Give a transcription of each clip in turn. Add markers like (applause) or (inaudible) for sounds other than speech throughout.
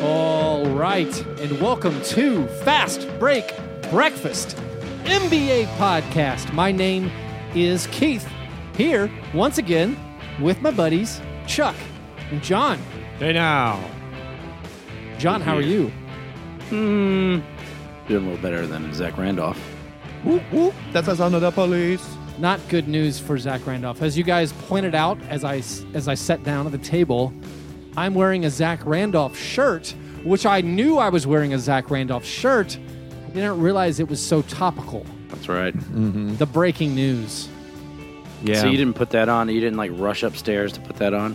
All right, and welcome to Fast Break Breakfast NBA podcast. My name is Keith. Here once again with my buddies Chuck and John. Hey now. John, how are you? Doing a little better than Zach Randolph. Whoop, whoop. That's a sound of the police. Not good news for Zach Randolph. As you guys pointed out as I as I sat down at the table, I'm wearing a Zach Randolph shirt, which I knew I was wearing a Zach Randolph shirt. I didn't realize it was so topical. That's right. The breaking news. Yeah. So you didn't put that on. You didn't like rush upstairs to put that on.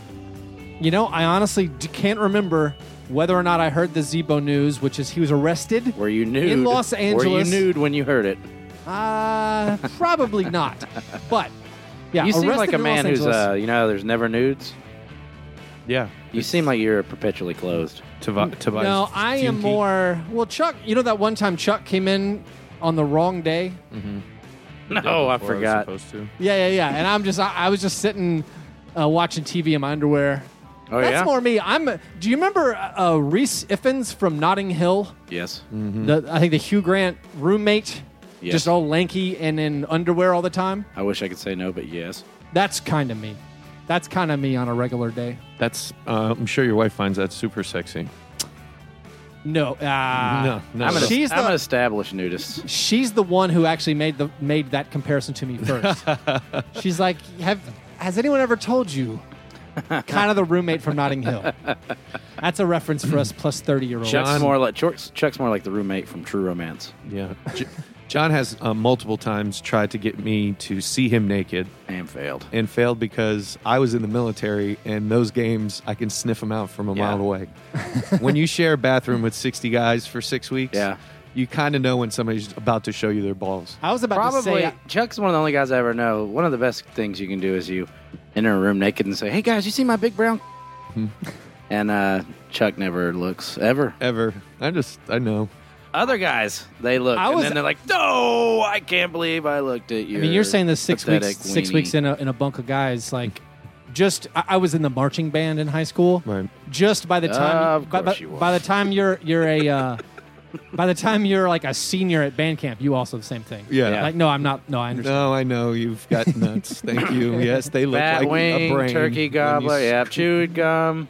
You know, I honestly d- can't remember whether or not I heard the Zebo news, which is he was arrested. Were you nude In Los Were you Angeles. nude when you heard it? Uh, probably not. But yeah, you seem arrested like a in man Los who's Angeles. uh, you know, there's never nudes. Yeah. You seem like you're perpetually closed. Tobi- Tobias. No, I am Funke. more. Well, Chuck, you know that one time Chuck came in on the wrong day. (laughs) No, I Before was forgot. supposed to. Yeah, yeah, yeah. And I'm just, I, I was just sitting uh, watching TV in my underwear. Oh That's yeah. more me. I'm. Do you remember uh, Reese Iffens from Notting Hill? yes. Mm-hmm. The, I think the Hugh Grant roommate, Yes. just all lanky and in underwear all the time. I wish I could say no, but yes. That's kind of me. That's kind of me on a regular day. That's. Uh, I'm sure your wife finds that super sexy. No, ah, No, no. I'm, an, She's I'm the- an established nudist. She's the one who actually made the made that comparison to me (laughs) first. She's like, "Have has anyone ever told (laughs) you?" kind of the roommate from Notting Hill. That's a reference for us plus thirty year olds. Chuck's more like Chuck's, Chuck's more like the roommate from True Romance. Yeah. J- John has uh, multiple times tried to get me to see him naked And failed. and failed because I was in the military and those games I can sniff them out from a Yeah. mile away. when you share a bathroom with 60 guys for 6 weeks, Yeah. you kind of know when somebody's about to show you their balls. I was about to Probably say, Chuck's one of the only guys I ever know. One of the best things you can do is you enter a room naked and say, "Hey guys, you see my big brown?" and uh, Chuck never looks ever. Ever. I just I know. Other guys, they look, I and was- then they're like, "No, I can't believe I looked at you." I mean, you're saying this six weeks, pathetic six weenie." weeks in a in a bunk of guys, like just I, I was in the marching band in high school. Right. Just by the time, Of by, by, course you were. by the time you're you're a, uh, by the time you're like a senior at band camp, you also the same thing. Yeah. Like, no, I'm not. No, I understand. No, I know you've got nuts. (laughs) Thank you. Yes, they look Bat like a wing, brain. turkey When gobbler, you yeah, chewed gum.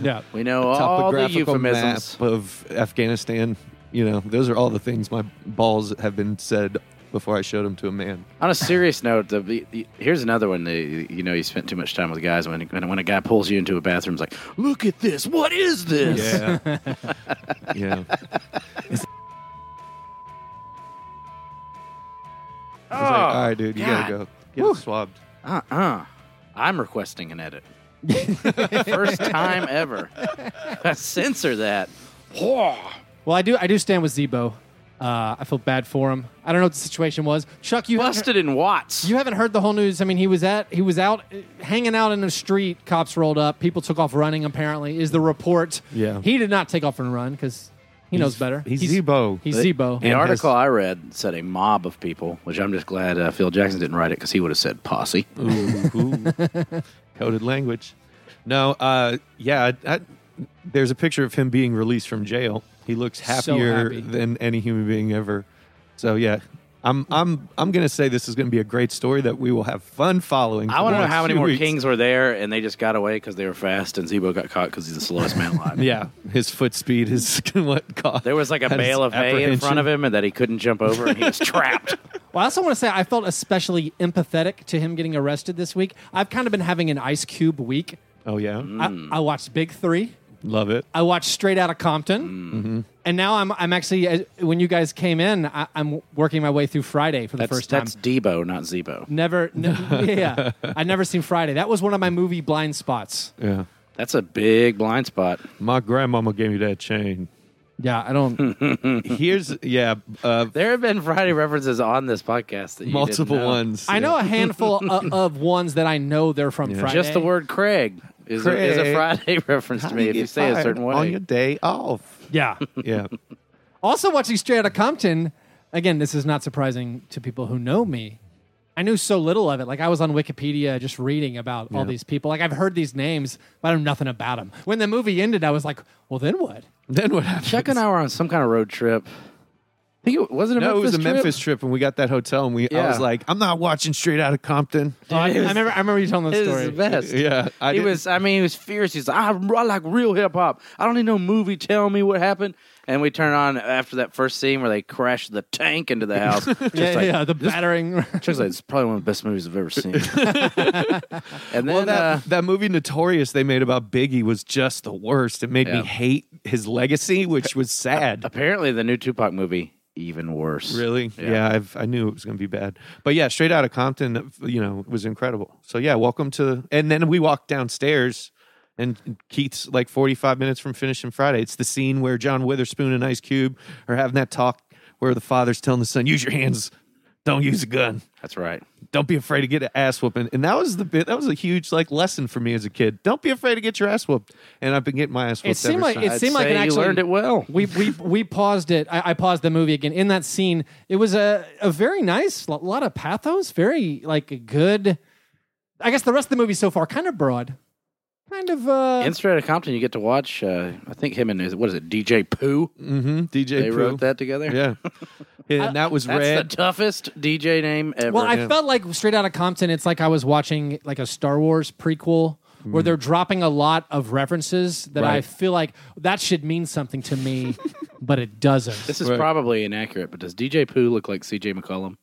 Yeah. We know all the topographical map euphemisms. of Afghanistan. You know, those are all the things my balls have been said before I showed them to a man. On a serious note, the, the, the- here's another one. That, you know, you spent too much time with guys when when, when a guy pulls you into a bathroom, it's like, "Look at this! What is this?" Yeah, (laughs) yeah. Oh, I was like, all right, dude, you gotta go get swabbed. Uh-uh. I'm requesting an edit. (laughs) First time ever. (laughs) Censor that. Well, I do. I do stand with Zebo. Uh, I feel bad for him. I don't know what the situation was. Chuck, you haven't, Busted in Watts. you haven't heard the whole news. I mean, he was at he was out uh, hanging out in the street. Cops rolled up. People took off running. Apparently, is the report. Yeah. He did not take off and run because he knows better. he's Zebo. He's The- Zebo. The And article has- I read said a mob of people, which I'm just glad uh, Phil Jackson didn't write it because he would have said posse. Ooh, (laughs) ooh. coded language. No, uh, yeah. I, I, there's a picture of him being released from jail. He looks So happier happy. than any human being ever. So yeah, I'm I'm I'm gonna say this is gonna be a great story that we will have fun following. I want to know how many more weeks. kings were there and they just got away because they were fast and Zebo got caught because he's the slowest man (laughs) alive. (laughs) Yeah, his foot speed is (laughs) what caused. There was like a had his bale of hay in front apprehension. of him and that he couldn't jump over and (laughs) he was trapped. Well, I also want to say I felt especially empathetic to him getting arrested this week. I've kind of been having an Ice Cube week. Mm. Hmm. Oh yeah, I, I watched Big Three. Love it. I watched Straight Outta Compton, Mm-hmm. and now I'm I'm actually as- when you guys came in, I, I'm working my way through Friday for the That's, first time. that's Debo, not Zebo. Never, (laughs) n- yeah, I never seen Friday. That was one of my movie blind spots. Yeah. That's a big blind spot. My grandmama gave me (laughs) that chain. Yeah, I don't. Here's yeah, uh, There have been Friday references on this podcast that you didn't multiple know. ones. I (laughs) know a handful of, of ones that I know they're from Friday. Just the word Craig is, A, is a Craig. Friday (laughs) reference to me if you say a certain way. on your day off. Yeah. Yeah. also watching Straight Outta Compton. Again, this is not surprising to people who know me. I knew so little of it. Like I was on Wikipedia just reading about all these people. Like I've heard these names, but I know nothing about them. When the movie ended, I was like, "Well, then what?" (laughs) then what happened? Chuck and I were on some kind of road trip. I think it wasn't a No, it was Memphis a Memphis trip, and we got that hotel, and we. I Yeah. was like, I'm not watching straight out of Compton. Oh, I, I remember. I remember you telling It this was the story. best. (laughs) Yeah, I he didn't- was. I mean, he was fierce. He's like, I, I like real hip hop. I don't need no movie. Tell me what happened. And we turn on after that first scene where they crash the tank into the (laughs) house. Just Yeah, like, yeah, the battering. Chuck's like, it's probably one of the best movies I've ever (laughs) seen. and then Well, that, uh, that movie Notorious they made about Biggie was just the worst. It made Yeah. me hate his legacy, which (laughs) was sad. apparently the new Tupac movie even worse. Really? Yeah. Yeah, I've, I knew it was going to be bad. But yeah, straight out of Compton, you know, was incredible. So yeah, welcome to. And then we walked downstairs, and Keith's like 45 minutes from finishing Friday. It's the scene where John Witherspoon and Ice Cube are having that talk where the father's telling the son, use your hands, don't use a gun. That's right. Don't be afraid to get an ass whooping. And that was the bit. That was a huge like lesson for me as a kid. Don't be afraid to get your ass whooped. And I've been getting my ass (laughs) whooped. It seemed ever like since. it seemed like say it you actually learned it well. We we we paused it. I, I paused the movie again in that scene. It was a a very nice, a lot of pathos, very like a good. I guess the rest of the movie so far kind of broad, kind of uh, In Straight Outta Compton, you get to watch. Uh, I think him and his, what is it, DJ Pooh? Mhm, DJ They Pooh. wrote that together. Yeah, (laughs) and that was That's red. the toughest DJ name ever. Well, I felt like straight out of Compton, it's like I was watching like a Star Wars prequel where they're dropping a lot of references that I Right. feel like that should mean something to me, but it doesn't. This is probably inaccurate, but does DJ Pooh look like CJ McCollum?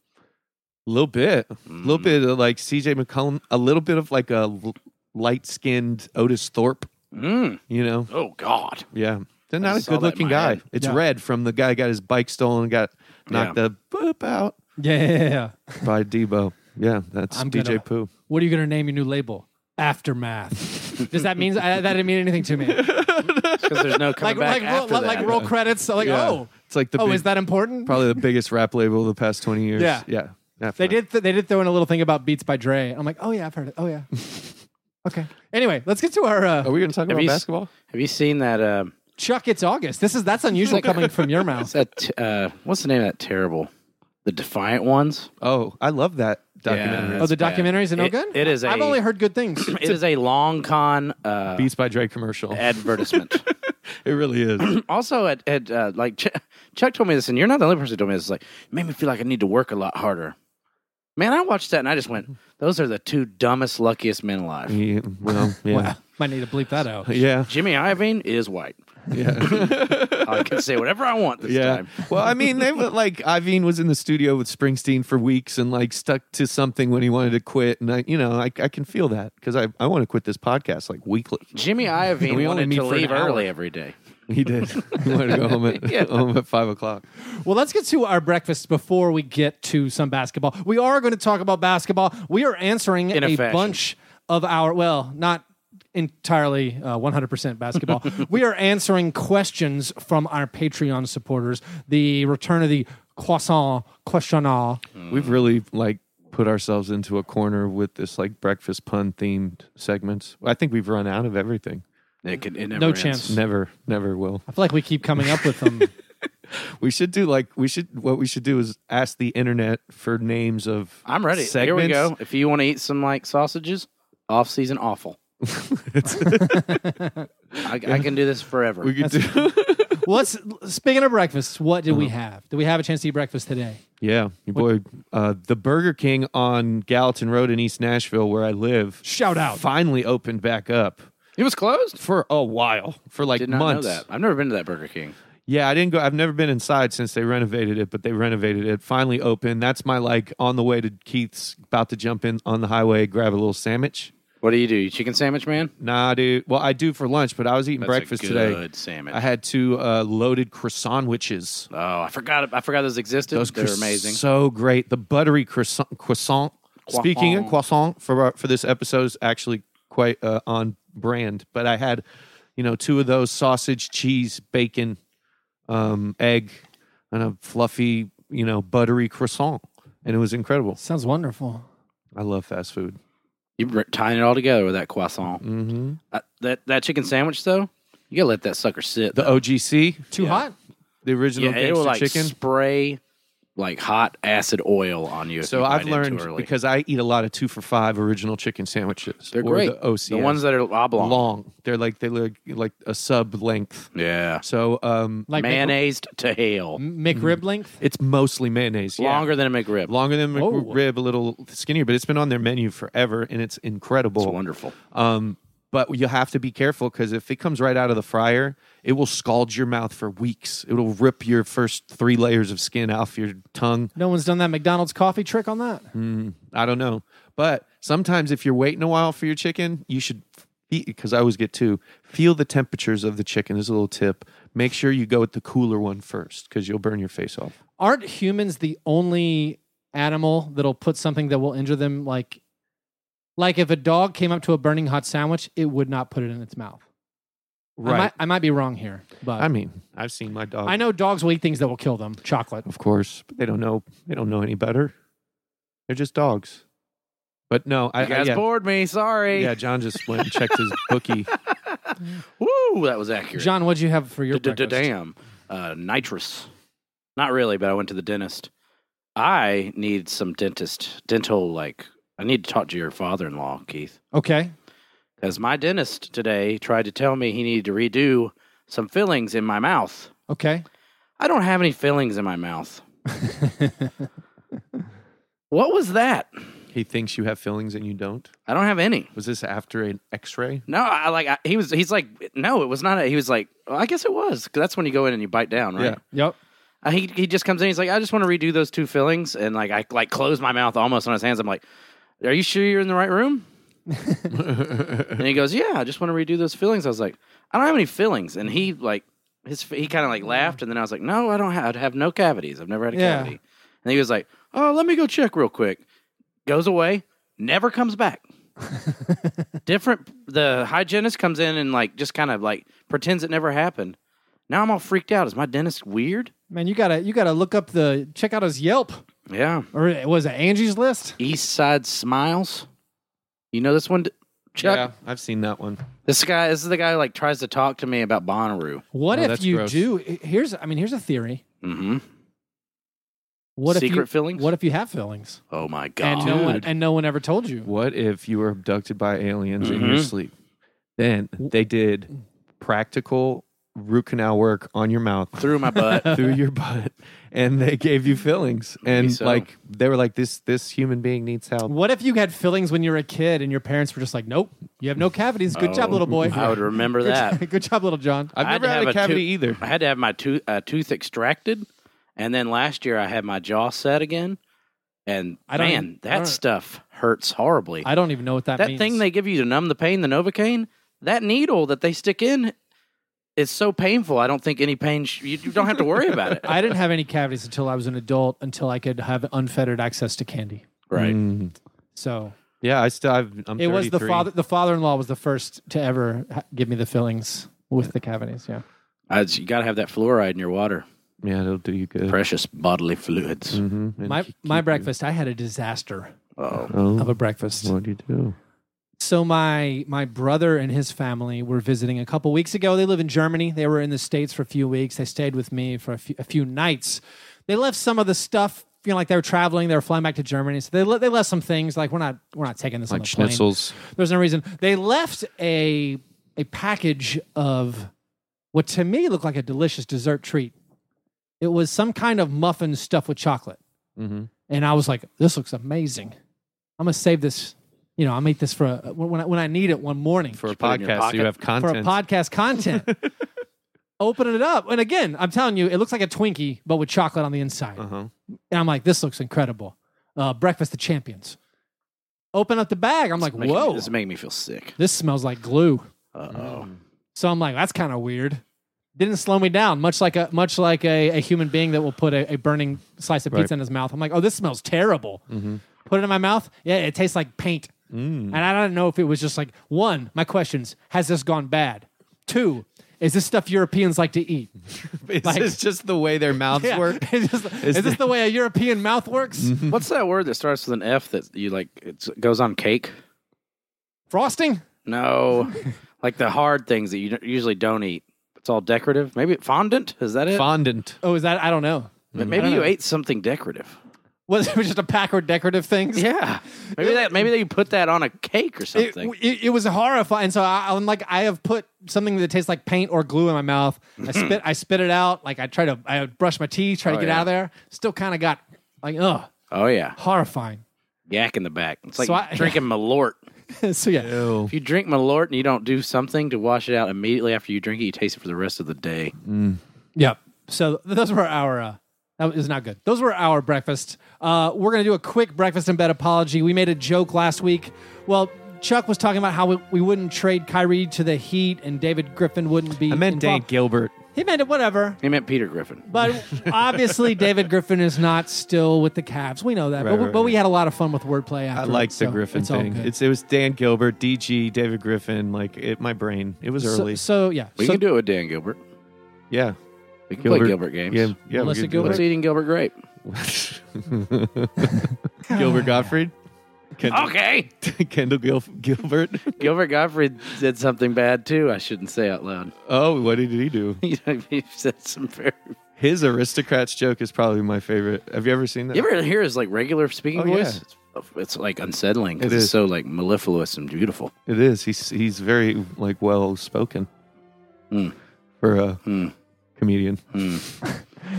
A little bit, a little Mm. bit of like CJ McCollum, a little bit of like a l- light-skinned Otis Thorpe. You know, Oh God! yeah, they're not a just saw that in good-looking my guy. head. It's Yeah. red from the guy who got his bike stolen, and got knocked Yeah. the boop out Yeah. by Debo. Yeah, that's gonna- DJ Pooh. What are you going to name your new label? Aftermath. Does that mean I, that didn't mean anything to me? Because there's (laughs) no Like coming back like roll, after like, that. roll credits. So like Yeah. oh, it's like the oh, big- is that important? probably the biggest rap label of the past twenty years. Yeah. yeah. After They that. did. Th- they did throw in a little thing about Beats by Dre. I'm like, oh yeah, I've heard it. Oh yeah. okay. Anyway, let's get to our Are uh, we going to talk about you s- basketball? Have you seen that? Uh, Chuck. It's August. This is that's (laughs) unusual coming from your mouth. that t- uh, what's the name of that terrible? The Defiant Ones. Oh, I love that documentary. Yeah. Oh, the bad. documentaries are no It- good. it is i I've a- only heard good things. (clears throat) It is a long con (laughs) uh, Beats by Dre commercial. advertisement. It really is. (coughs) also, at, at uh, like Ch- Chuck told me this, and you're not the only person who told me this. Like, it made me feel like I need to work a lot harder. Man, I watched that and I just went, "Those are the two dumbest, luckiest men alive." yeah, well, yeah. Wow. Might need to bleep that out. Yeah, Jimmy Iovine is white. Yeah, (laughs) I can say whatever I want this yeah. time. (laughs) well, I mean, they were like Iveen was in the studio with Springsteen for weeks and like stuck to something when he wanted to quit, and I, you know, I, I can feel that because I, I want to quit this podcast (laughs) like weekly. Jimmy Iovine only wanted meet to for an leave hour. early every day. He did. (laughs) he wanted to go (laughs) home at (laughs) home at five o'clock. Well, let's get to our breakfast before we get to some basketball. We are going to talk about basketball. We are answering In a a, fashion. bunch of our, well, not entirely uh, 100% (laughs) basketball. we are answering questions from our Patreon supporters. The return of the croissant questionnaire. We've Mm. really like put ourselves into a corner with this like breakfast pun themed segments. I think we've run out of everything. It could, it never No ends. chance. Never, never will. I feel like we keep coming up with (laughs) them. We should do like we should. What we should do is ask the internet for names of. I'm ready. Here Segments. we go. If you want to eat some like sausages, off season awful. (laughs) I, I can do this forever. We could do. well, let's, speaking of breakfast, what did we Mm-hmm. have? Did we have a chance to eat breakfast today? Yeah, your boy, uh, the Burger King on Gallatin Road in East Nashville, where I live, Shout out. finally opened back up it was closed. for a while, for like Did not months. know that. I've never been to that Burger King. Yeah, I didn't go. I've never been inside since they renovated it, but they renovated it. Finally open. That's my like on the way to Keith's, about to jump in on the highway, grab a little sandwich. What do you do? You chicken sandwich man? Nah, dude. Well, I do for lunch, but I was eating That's a breakfast today. good sandwich. I had two uh, loaded croissant witches. Oh, I forgot. I forgot those existed. Those They're cros- amazing. So great. The buttery croissant. croissant. Speaking of croissant for our- for this episode is actually quite uh, on brand. But I had, you know, two of those sausage, cheese, bacon, um, egg, and a fluffy, you know, buttery croissant, and it was incredible. Sounds wonderful. I love fast food. You're re- tying it all together with that croissant. Mm. Mm-hmm. that that chicken sandwich though, you gotta let that sucker sit. The though. OGC, Too hot. the original yeah, it will gangster like chicken. spray like hot acid oil on you. if So you I've bite in too learned early. because I eat a lot of two for five original chicken sandwiches. they're or great. The, OCS. The ones that are oblong. long. They're like they look like a sub length. Yeah, So um, Like mayonnaised to hell. Mc- Mm. McRib length. it's mostly mayonnaise. yeah. Longer than a McRib. Longer than Oh. McRib, a little skinnier, but it's been on their menu forever, and it's incredible. It's wonderful. Um, but you have to be careful because if it comes right out of the fryer, it will scald your mouth for weeks. It will rip your first three layers of skin off your tongue. No one's done that McDonald's coffee trick on that. I don't know. But sometimes if you're waiting a while for your chicken, you should eat because I always get two. Feel the temperatures of the chicken is a little tip. Make sure you go with the cooler one first because you'll burn your face off. Aren't humans the only animal that'll put something that will injure them? Like, like if a dog came up to a burning hot sandwich, it would not put it in its mouth. I might, I might be wrong here, but I mean, I've seen my dog. I know dogs will eat things that will kill them. Chocolate. of course, but they don't know. They don't know any better. They're just dogs. But no, I, You guys I yeah, bored me. Sorry. yeah. John just went and checked his bookie. Woo, that was accurate. John, what'd you have for your D- d- breakfast? Damn. Uh, nitrous. Not really, but I went to the dentist. I need some dentist, dental, like, I need to talk to your father in law, Keith. Okay. Because my dentist today tried to tell me he needed to redo some fillings in my mouth. Okay. I don't have any fillings in (laughs) my mouth. what was that? He thinks you have fillings and you don't. I don't have any. Was this after an X-ray? No, I I like I, he was. He's like, no, it was not. A, he was like, well, I guess it was. 'Cause that's when you go in and you bite down, right? Yeah. Yep. Uh, he he just comes in. He's like, I just want to redo those two fillings, and like I like close my mouth almost on his hands. I'm like, Are you sure you're in the right room? and he goes, Yeah, I just want to redo those fillings. I was like, I don't have any fillings, and he like his he kind of like laughed, and then I was like, No, I don't have. I have no cavities. I've never had a Yeah. cavity. And he was like, Oh, let me go check real quick. Goes away, never comes back. Different. The hygienist comes in and like just kind of like pretends it never happened. Now I'm all freaked out. Is my dentist weird? Man, you gotta you gotta look up the check out his Yelp Yeah. or it was it Angie's List? East Side Smiles. You know this one, D- Chuck? Yeah, I've seen that one. This guy, this is the guy who like tries to talk to me about Bonnaroo. What No, if that's you gross. do? Here's I mean here's a theory. Mm-hmm. What if you, Secret fillings? What if you have fillings Oh my and god! no one and no one ever told you? What if you were abducted by aliens in your Mhm. sleep? Then they did practical root canal work on your mouth (laughs) Through my butt. through your butt, and they gave you fillings. And so. like they were like, this this human being needs help. What if you had fillings when you were a kid and your parents were just like, "Nope, you have no cavities. Good job, Oh, little boy." I would remember that. (laughs) Good job, little John. I've I'd never had have a a cavity tooth- either. I had to have my tooth uh, tooth extracted, and then last year I had my jaw set again. And I don't man, even- I don't- that stuff hurts horribly. I don't even know what that, that means. thing they give you to numb the pain, the Novocaine, that needle that they stick in, is so painful. I don't think any pain. Sh- you, you don't have to worry about (laughs) it. I didn't have any cavities until I was an adult, until I could have unfettered access to candy. right. Mm. So Yeah, I still. I've, I'm it was the 33. father. The father-in-law was the first to ever ha- give me the fillings with the cavities. Yeah. I, you got to have that fluoride in your water. Yeah, it'll do you good. Precious bodily fluids. Mhm, and my keep- my keep you- breakfast. I had a disaster Oh, Oh, of a breakfast. what do you do? So my my brother and his family were visiting a couple weeks ago. They live in Germany. They were in the states for a few weeks. They stayed with me for a few, a few nights. They left some of the stuff. You know, like they were traveling. They were flying back to Germany. So they le- they left some things. Like we're not we're not taking this Like on the plane. schnitzels. There's no reason. They left a a package of what to me looked like a delicious dessert treat. It was some kind of muffin stuffed with chocolate. Mm-hmm. And I was like, this looks amazing. I'm going to save this. You know, I'm eat this for a, when, I, when I need it one morning For a put it in your podcast, so you pocket. have for content. a podcast content. (laughs) Opening it up. And again, I'm telling you, it looks like a Twinkie, but with chocolate on the inside. Uh-huh. And I'm like, this looks incredible. Uh, Breakfast of Champions. open up the bag. I'm like, Making- whoa, This is making me feel sick. this smells like glue. Uh oh. So I'm like, that's kind of weird. Didn't slow me down, much like a much like a, a human being that will put a, a burning slice of pizza Right. in his mouth. I'm like, oh, this smells terrible. Put it in my mouth. Yeah, it tastes like paint. And I don't know if it was just like one. My questions: Has this gone bad? Two: Is this stuff Europeans like to eat? Is Like- (laughs) this just the way their (laughs) mouths Yeah. work? is this, is this the way a European mouth works? What's that word that starts with an F that you like? It goes on cake. Frosting? (laughs) No, like the hard things that you don't- usually don't eat. It's all decorative. Maybe fondant is that it? Fondant. Oh, is that? I don't know. But Maybe you ate something decorative. Was it just a pack of decorative things? Yeah, maybe that. Maybe they put that on a cake or It, something. it, it was horrifying. So I, I'm like, I have put something that tastes like paint or glue in my mouth. I Mm-hmm. spit, I spit it out. Like I try to, I brush my teeth, try to Oh, get yeah. out of there. Still kind of got like, ugh, oh yeah, horrifying. (laughs) yak in the back. It's like So I- drinking Malort. so yeah, If you drink Malort and you don't do something to wash it out immediately after you drink it, you taste it for the rest of the day. Yep. So those were our. Uh, that was not good. Those were our breakfast. Uh, we're gonna do a quick breakfast in bed apology. We made a joke last week. Well, Chuck was talking about how we, we wouldn't trade Kyrie to the Heat, and David Griffin wouldn't be. I meant Dan involved. Gilbert. He meant it. Whatever. He meant Peter Griffin. But obviously, David Griffin is not still with the Cavs. We know that. Right, but, we- right, but we right. had a lot of fun with wordplay. I After like the Griffin it's all thing. good. It's it was Dan Gilbert, DG, David Griffin. Like it, my brain, it was so, early. so yeah. We so, can do it with Dan Gilbert. yeah, We can play Gilbert games. Yeah, yeah. we Melissa could do What's it. eating Gilbert grape? (laughs) Gilbert Gottfried. Kendall, Okay. Ah! (laughs) Kendall Gil- Gilbert. Gilbert Gottfried did something bad too. I shouldn't say out loud. (laughs) Oh, what did he do? he said some very. His aristocrats joke is probably my favorite. Have you ever seen that? You ever hear his like regular speaking Oh, voice? yeah. It's, it's like unsettling because It it's is. so like mellifluous and beautiful. It is. He's he's very like well spoken Hmm. for a Hmm. comedian.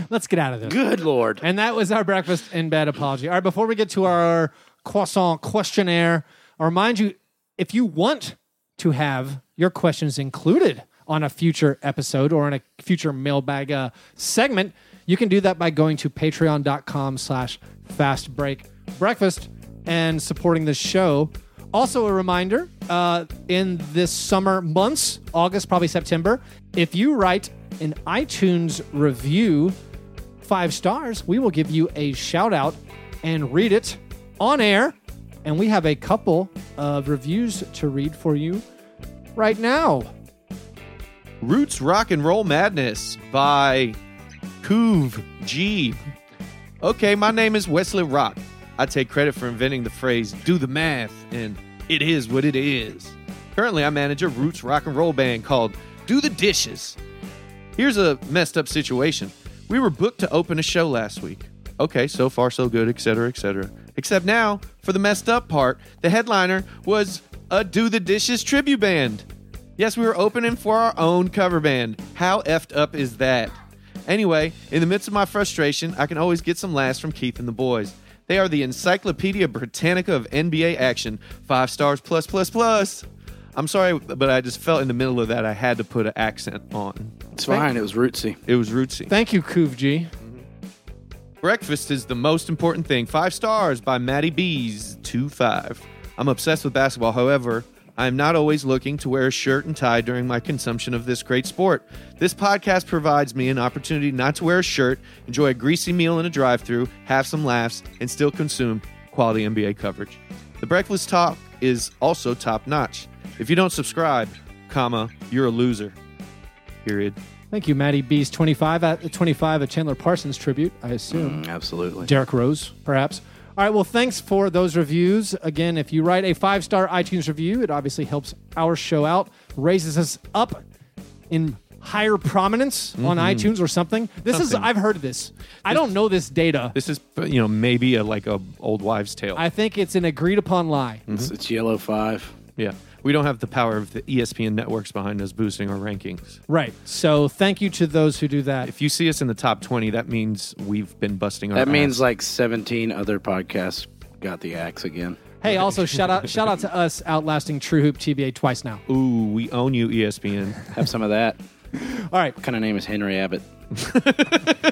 let's get out of this. Good lord! And that was our breakfast in bed apology. All right, before we get to our croissant questionnaire, I remind you if you want to have your questions included on a future episode or in a future mailbag uh, segment, you can do that by going to patreon.com slash fast break breakfast and supporting the show. Also, a reminder uh, in this summer months, August, probably September, if you write an iTunes review, five stars, we will give you a shout out and read it on air. And we have a couple of reviews to read for you right now. Roots Rock and Roll Madness by Coov G. Okay, my name is Wesley Rock. I take credit for inventing the phrase do the math and it is what it is. Currently, I manage a Roots Rock and Roll band called Do the Dishes. Here's a messed up situation. We were booked to open a show last week. Okay, so far so good, etc., etc. Except now, for the messed up part, the headliner was a Do the Dishes tribute band. Yes, we were opening for our own cover band. How effed up is that? Anyway, in the midst of my frustration, I can always get some laughs from Keith and the boys. They are the Encyclopedia Britannica of NBA action. Five stars plus plus plus. I'm sorry, but I just felt in the middle of that I had to put an accent on. It's fine. It was rootsy. It was rootsy. Thank you, Kuv G. Breakfast is the most important thing. Five stars by Maddie B's two five. I'm obsessed with basketball. However, I am not always looking to wear a shirt and tie during my consumption of this great sport. This podcast provides me an opportunity not to wear a shirt, enjoy a greasy meal in a drive-through, have some laughs, and still consume quality NBA coverage. The breakfast talk is also top notch. If you don't subscribe, comma, you're a loser. Period. Thank you, Maddie B's 25 at 25 a Chandler Parsons tribute, I Mm-hmm. assume. Absolutely. Derek Rose, perhaps. All right, well, thanks for those reviews. Again, if you write a five star iTunes review, it obviously helps our show out, raises us up in higher prominence on iTunes or something. This is, Something. I've heard of this. I don't know this data. This is, you know, maybe a, like a old wives' tale. I think it's an agreed upon lie. It's, it's yellow five. Yeah. We don't have the power of the E ESPN networks behind us boosting our rankings. Right. So thank you to those who do that. If you see us in the top 20, that means we've been busting our That ass. means like seventeen other podcasts got the axe again. Hey, (laughs) also shout out shout out to us outlasting True Hoop TBA twice now. Ooh, we own you, E (laughs) ESPN. Have some of that. All right. What kind of name is (laughs) Henry Abbott?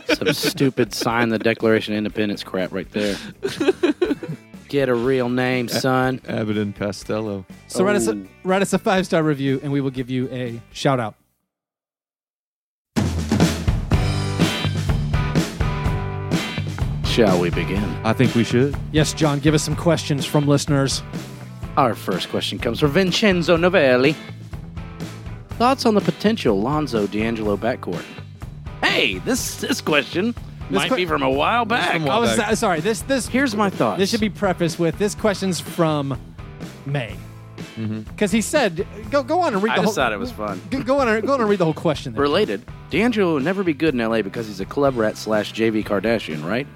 some stupid sign the Declaration of Independence crap right there. Get a real name, Uh, son. Abbott and Costello. So write us, Oh. a, write us a five star review and we will give you a shout out. Shall we begin? I think we should. Yes, John, give us some questions from listeners. Our first question comes from Vincenzo Novelli. Thoughts on the potential Lonzo D'Angelo backcourt? Hey, this this question might que- be from a while back. from a I Well, was that- sorry. This this Here's my thoughts. This should be prefaced with this question's from May. Because he said, go, go on and read Mm-hmm. I the just whole thought it was fun. Go, go on and, go on and read the whole question. There. Related, D'Angelo would never be good in LA because he's a club rat slash JV Kardashian, right?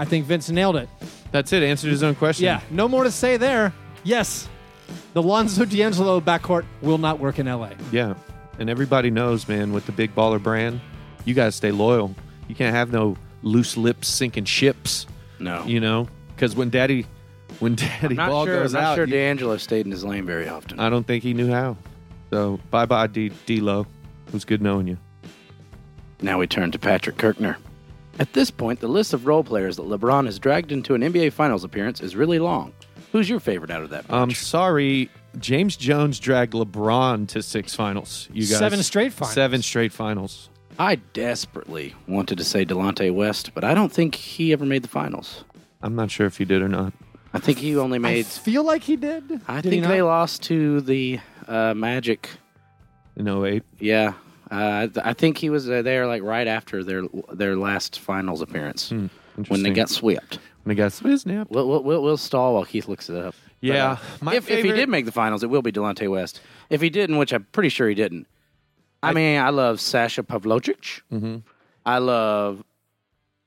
I think Vince nailed it. That's it. Answered his own question. Yeah, no more to say there. Yes, the Lonzo D'Angelo backcourt will not work in LA. Yeah. And everybody knows, man, with the big baller brand, you got to stay loyal. You can't have no loose lips sinking ships, No. you know? Because when daddy, when (laughs) daddy not ball sure, goes not out, sure you- D'Angelo stayed in his lane very often. I don't think he knew how. So bye bye, D Lo. It was good knowing you. Now we turn to Patrick Kirkner. At this point, the list of role players that LeBron has dragged into an NBA Finals appearance is really long. Who's your favorite out of that? I'm bunch? Um, sorry. James Jones dragged LeBron to six finals. You guys Seven straight finals. Seven straight finals. I desperately wanted to say Delonte West, but I don't think he ever made the finals. I'm not sure if he did or not. I think he only I made. feel like he did. I Did he think they not? lost to the uh, Magic. In 08. Yeah, uh, I- I think he was there like right after their their last finals appearance when they Hmm. interesting. got swept. When they got Swiznap. We'll, we'll- we'll, we'll stall while Keith looks it up. Yeah, But, uh, my if, if he favorite- did make the finals, it will be Delonte West. If he didn't, which I'm pretty sure he didn't. I, mean, I love Sasha Pavlovic. Mm-hmm. I love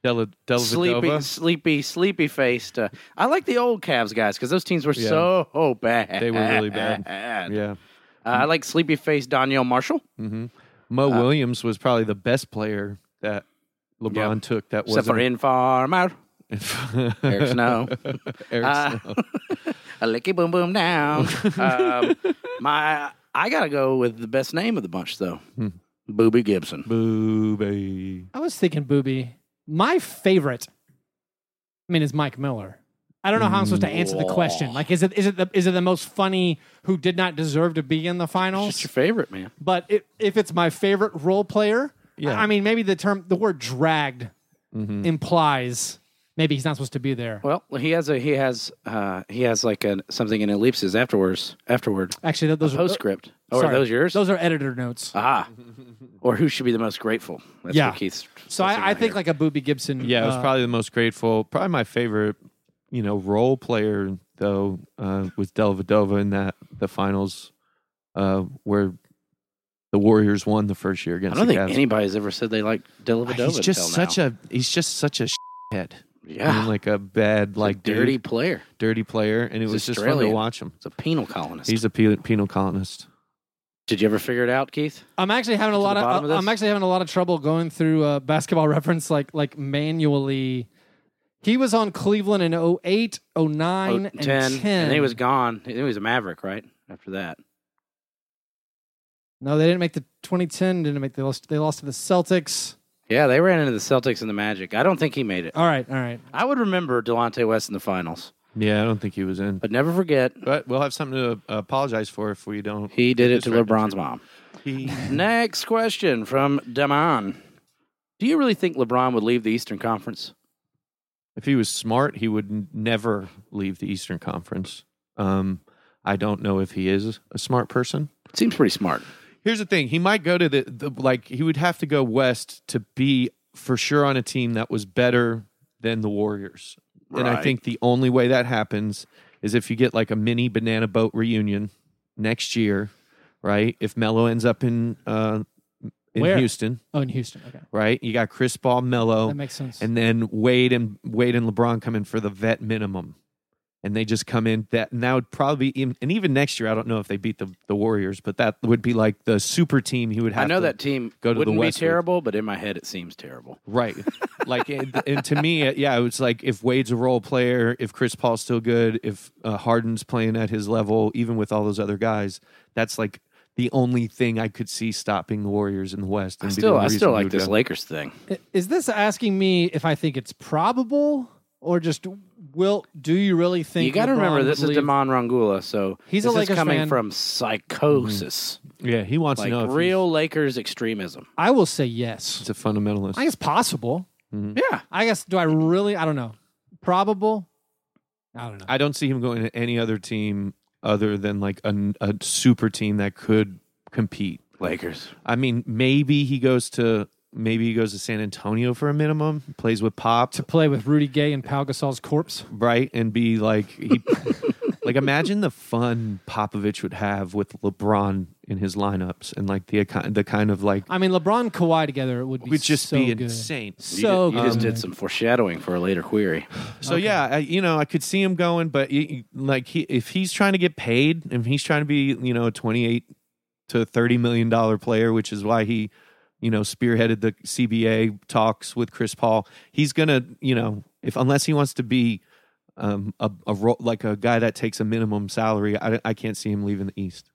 Della, Della sleepy, Vedova. sleepy, sleepy faced. Uh, I like the old Cavs guys because those teams were Yeah. so bad. They were (laughs) really bad. Uh, Yeah. I like sleepy faced Danielle Marshall, Mo Uh, Williams was probably the best player that LeBron took. That was except for Informer, (laughs) Eric Snow. Eric Uh, Snow. a licky boom boom down. um, my, I gotta go with the best name of the bunch though, Booby Gibson. Boo, baby. I was thinking Booby. My favorite, I mean, is Mike Miller. I don't know how I'm supposed to answer the question. Like, is it is it the is it the most funny who did not deserve to be in the What's finals? your favorite man? But it, if it's my favorite role player, Yeah. I mean, maybe the term the word dragged Mm-hmm. implies maybe he's not supposed to be there. Well, he has a he has uh he has like a something in ellipses afterwards afterward Actually, th- those are uh, postscript. Oh, sorry. are those yours? Those are editor notes. ah, or who should be the most grateful? That's Yeah. what Keith's. so that's I, what I hear. think like a Booby Gibson. Yeah, it was uh, probably the most grateful. Probably my favorite, you know, role player though uh, was Del Vadova in that the finals uh, where the Warriors won the first year I against don't the think Cavs. anybody's ever said they like Dellavedova. Ah, he's just such a he's just such a head. Yeah. like a bad, like dirty dirty, player. dirty player, and it He's was just fun to Australian. watch him. It's a penal colonist. He's a penal, penal colonist. Did you ever figure it out, Keith? I'm actually having a lot the of, bottom of this? I'm actually having a lot of trouble going through uh, basketball (laughs) reference like like manually. He was on Cleveland in 08, 09, and 10. Oh, and he was gone. He was a Maverick, right? After that, No, they didn't make the 2010. Didn't make they lost. They lost to the Celtics. yeah, they ran into the Celtics and the Magic. I don't think he made it. All right, all right. I would remember Delonte West in the finals, Yeah, I don't think he was in. but never forget But we'll have something to uh, apologize for if we don't. He did it Just to right. LeBron's mom. Next question from Damon. Do you really think LeBron would leave the Eastern Conference? If he was smart, he would n- never leave the Eastern Conference. Um, I don't know if he is a smart person. Seems pretty smart. Here's the thing: he might go to the, the like he would have to go west to be for sure on a team that was better than the Warriors. And I Right. think the only way that happens is if you get like a mini banana boat reunion next year, right? If Melo ends up in uh, in Where? Houston, Oh, in Houston. Okay, right? You got Chris Paul, Melo, that makes sense. and then Wade and Wade and LeBron come in for the vet minimum, and they just come in that and that would probably be- and even next year I don't know if they beat the the Warriors, but that would be like the super team he would have. I know to that team go to the wouldn't be West with. terrible, but in my head it seems terrible. (laughs) right? Like and, and to me, yeah, it's like if Wade's a role player, if Chris Paul's still good, if uh, Harden's playing at his level, even with all those other guys, that's like. The only thing I could see stopping the Warriors in the West. I and be the still, I reason still he like would this go. Lakers thing. I- Is this asking me if I think it's probable Or just Wilt, do you really think You got to remember, LeBron this would is leave? Damon Rangula, so He's a this Lakers is coming fan. from psychosis, Yeah, he wants like to Mm-hmm. know. if real Lakers extremism. I will say yes. he's a fundamentalist. I think it's possible. Yeah, I guess do I really? I don't know. Probable. I don't know. I don't see him going to any other team other than like a, a super team that could compete. Lakers. I mean, maybe he goes to maybe he goes to San Antonio for a minimum, plays with Pop, to play with Rudy Gay and Pau Gasol's corpse. right, and be like he, (laughs) like imagine the fun Popovich would have with LeBron in his lineups and like the econ- the kind of like I mean, LeBron and Kawhi together would be would just so be good. insane. So um, You just good. did some foreshadowing for a later query. So yeah, I, you know, I could see him going, but y- y- like he, if he's trying to get paid, if he's trying to be, you know, a twenty-eight to thirty million dollar player, which is why he, you know, spearheaded the CBA talks with Chris Paul. He's gonna, you know, if unless he wants to be um, a, a ro- like a guy that takes a minimum salary, I, I can't see him leaving the East.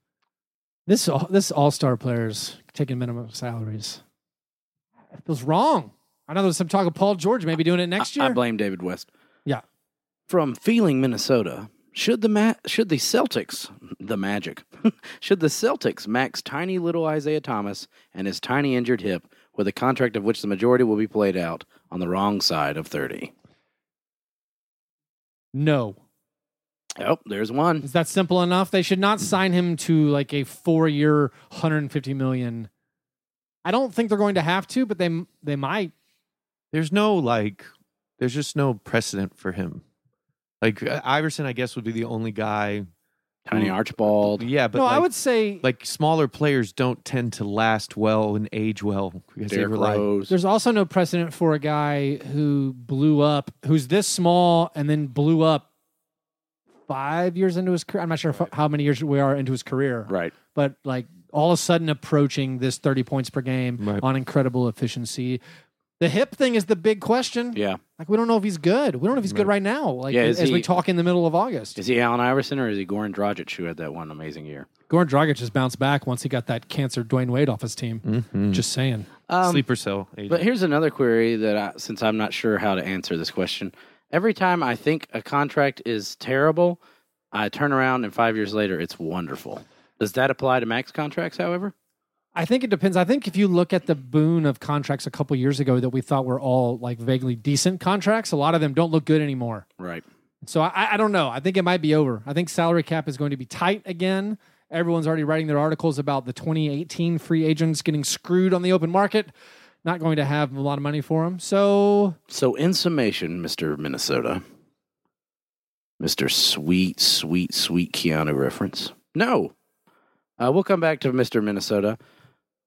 This all- this All Star players taking minimum salaries. It feels wrong. I know there's some talk of Paul George maybe doing it next year. I, I blame David West. Yeah. From Feeling, Minnesota, should the Ma- should the Celtics, the Magic, (laughs) should the Celtics max tiny little Isaiah Thomas and his tiny injured hip with a contract of which the majority will be played out on the wrong side of 30? no, Oh, there's one. is that simple enough? They should not sign him to like a four year, 150 million. I don't think they're going to have to, but they they might. There's no like, there's just no precedent for him. Like uh, Iverson, I guess would be the only guy. Mm. Tiny Archibald. Yeah, but no, I like- would say like smaller players don't tend to last well and age well because Derrick they rely. Rose. There's also no precedent for a guy who blew up, who's this small and then blew up five years into his career. I'm not sure f- how many years we are into his career, Right. but like all of a sudden approaching this 30 points per game Right. on incredible efficiency. The hip thing is the big question. Yeah. Like we don't know if he's good. We don't know if he's good right now. Like Yeah, as is we he- talk in the middle of August, Is he Allen Iverson or is he Goran Dragic who had that one amazing year? Goran Dragic just bounced back once he got that cancer Dwayne Wade off his team. Mm-hmm. Just saying. Sleeper cell. Age. But here's another query that I, since I'm not sure how to answer this question, every time I think a contract is terrible, I turn around and five years later it's wonderful. Does that apply to max contracts? However, I think it depends. I think if you look at the boon of contracts a couple years ago that we thought were all like vaguely decent contracts, a lot of them don't look good anymore. right? So I, I don't know. I think it might be over. I think salary cap is going to be tight again. Everyone's already writing their articles about the 2018 free agents getting screwed on the open market, not going to have a lot of money for them. So So, in summation, Mister Minnesota, Mister Sweet, Sweet, Sweet Keanu reference. No, uh, we'll come back to Mister Minnesota.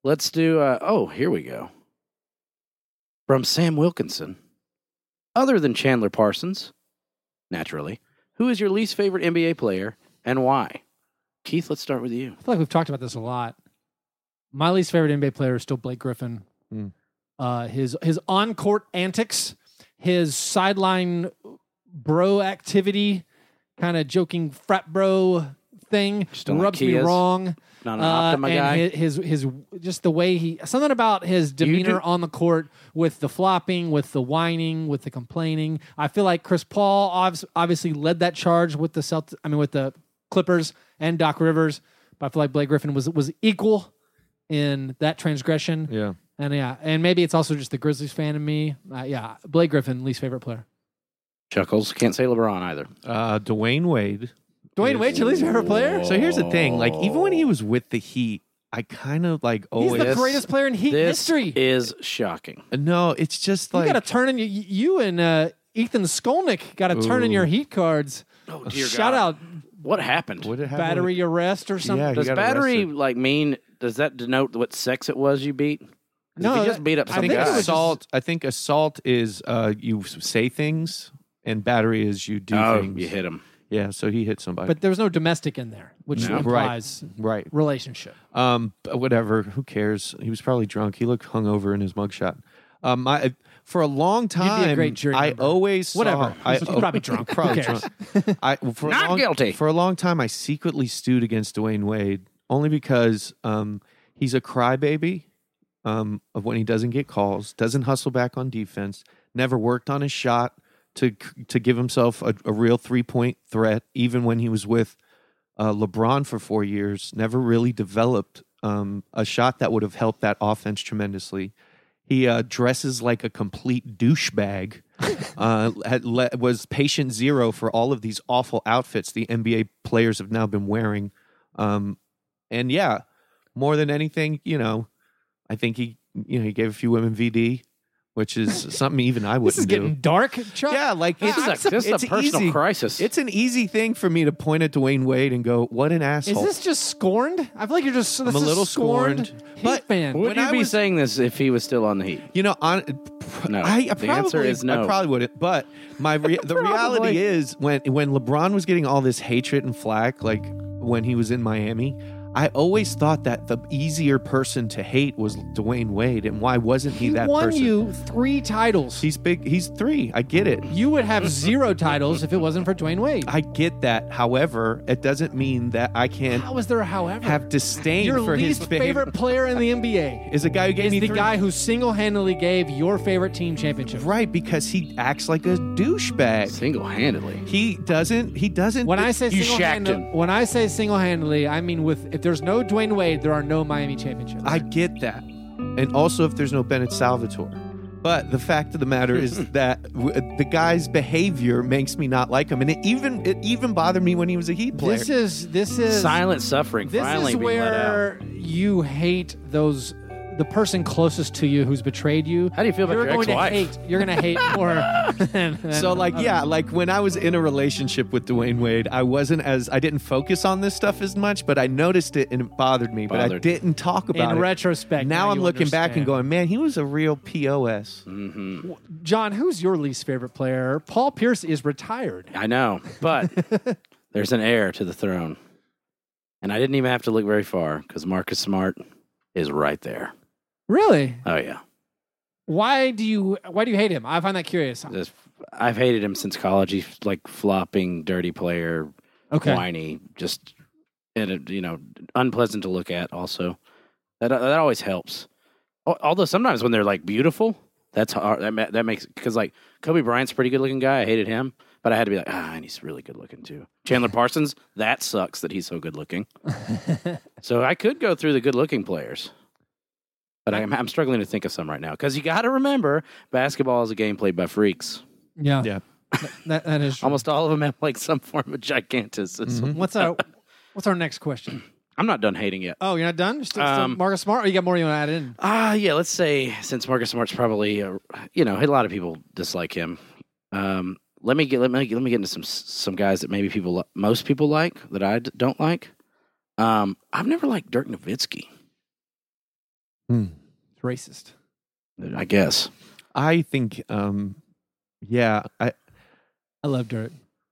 Let's do. Uh, oh, here we go. From Sam Wilkinson. Other than Chandler Parsons, naturally, who is your least favorite NBA player and why? Keith, let's start with you. I feel like we've talked about this a lot. My least favorite NBA player is still Blake Griffin. Hmm. Uh, his his on court antics, his sideline bro activity, kind of joking frat bro thing Just don't like rubs me Kias. wrong. Not an Uh, Optima and guy. His, his his just the way he something about his demeanor on the court with the flopping, with the whining, with the complaining. I feel like Chris Paul obs- obviously led that charge with the Celt- I mean with the Clippers and Doc Rivers, but I feel like Blake Griffin was was equal in that transgression. yeah. And yeah, and maybe it's also just the Grizzlies fan in me. Uh, yeah, Blake Griffin, least favorite player. Chuckles can't say LeBron either. Uh, Dwayne Wade. Dwayne Wade, your least favorite player. So here's the thing. Like even when Oh. he was with the Heat, I kind of like He's always. the greatest player in Heat This history. is shocking. no, it's just you like got to turn in you, you and uh, Ethan Skolnick got to turn in Ooh. your heat cards. Oh dear Shout God. out What happened? what did it happen battery with- arrest or something. Yeah, he Does got battery arrested. like mean? Does that denote what sex it was you beat? 'Cause No, if you that- just beat I up some I think it guy. was just- assault. I think assault is uh, you s- say things, and battery is you do oh, things. you hit him. Yeah. So he hit somebody. But there was no domestic in there, which No. implies right. relationship. Um, but whatever. Who cares? He was probably drunk. He looked hungover in his mugshot. Um, I for a long time, great jury I member. always saw- Whatever. I, He's probably drunk. Who Probably cares? (laughs) drunk. I for a Not long- guilty. For a long time, I secretly stewed against Dwayne Wade only because um, he's a crybaby. Um, of when he doesn't get calls, doesn't hustle back on defense, never worked on his shot, to to give himself a, a real three point threat, even when he was with uh, LeBron for four years, never really developed um, a shot that would have helped that offense tremendously. He uh, dresses like a (laughs) complete douchebag. uh, had le- was patient zero for all of these awful outfits the NBA players have now been wearing. Um, and yeah, more than anything, you know, I think he, you know, he gave a few women VD, (laughs) which is something even I wouldn't This is do. getting dark, Chuck. Yeah, like This is a- it's- this is a it's personal easy- crisis. It's an easy thing for me to point at Dwayne Wade and go, "What an Is asshole!" this just scorned? I feel like you're just. I'm a little scorned, but but- fan. What- Would When you I be was- saying this if he was still on the Heat? you know, on, No. I, I The probably, answer is no. I probably wouldn't. But my re- (laughs) the reality is when when LeBron was getting all this hatred and flack, like when he was in Miami. I always thought that the easier person to hate was Dwayne Wade, and why wasn't he, he that won person? you three titles. He's big. He's three. I get it. you would have zero titles if it wasn't for Dwayne Wade. I get that. However, it doesn't mean that I can't How is there, however, have disdain your for least his favorite player in the NBA? is a guy who gave is me the three- guy who single-handedly gave your favorite team championship. right because he acts like a douchebag. Single-handedly. He doesn't. He doesn't. When I say You shacked single-handedly, him. when I say single-handedly, I mean with if there's no Dwayne Wade, there are no Miami championships. I get that, and also if there's no Bennett Salvatore. But the fact of the matter (laughs) is that w- the guy's behavior makes me not like him, and it even it even bothered me when he was a Heat player. this is this is Silent suffering. This finally is being let out. where you hate those the person closest to you who's betrayed you. How do you feel about you're your going ex-wife? to hate? You're going (laughs) to hate more. than- than- so like yeah like when i was in a relationship with dwayne wade i wasn't as i didn't focus on this stuff as much but i noticed it and it bothered me but i Bothered. didn't talk about it In retrospect, now, now i'm you looking back understand. and going man he was a real pos John, who's your least favorite player? Paul Pierce is retired. I know, but there's an heir to the throne. And I didn't even have to look very far because Marcus Smart is right there. Really? Oh, yeah. Why do you why do you hate him? I find that curious. Just- I've hated him since college. He's like flopping, dirty player, Okay. whiny, just, and it, you know, unpleasant to look at also. That, that always helps. Al- Although sometimes when they're like beautiful, that's hard. That, ma- that makes, because like Kobe Bryant's a pretty good looking guy. I hated him, but I had to be like, ah, and he's really good looking too. Chandler Parsons, that sucks that he's so good looking. So I could go through the good looking players, but I'm, I'm struggling to think of some right now because you got to remember basketball is a game played by freaks. yeah. yeah That, that is Almost all of them have like some form of gigantism. What's our what's our next question? I'm not done hating yet. Oh, you're not done? Still, still Um, Marcus Smart or you got more you want to add in? Ah, yeah. Let's say since Marcus Smart's probably, uh, you know, a lot of people dislike him. Um, let me get let me let me get into some some guys that maybe people li- most people like that I d- don't like. Um, I've never liked Dirk Nowitzki. Hmm. It's racist. I guess i think um yeah i I love Dirk.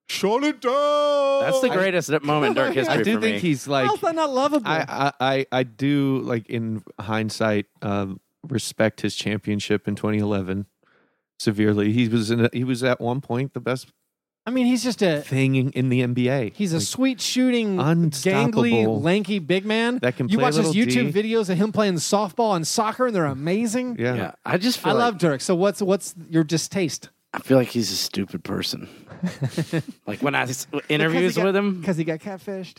Shut it down! that's the greatest moment in (laughs) Dirk history. (laughs) i do for think me. he's like How is that not lovable? I, I i i do like in hindsight um respect his championship in 2011 severely he was in a, he was at one point the best I mean, he's just a thing in, in the nba He's a Like, sweet shooting, Unstoppable. gangly, lanky big man. That can you play watch his little YouTube D. videos of him playing softball and soccer, and they're amazing. yeah. Yeah, I just I feel like- love Dirk. So what's what's your distaste? I feel like he's a stupid (laughs) person. like when I s- interviews with him. because he got catfished.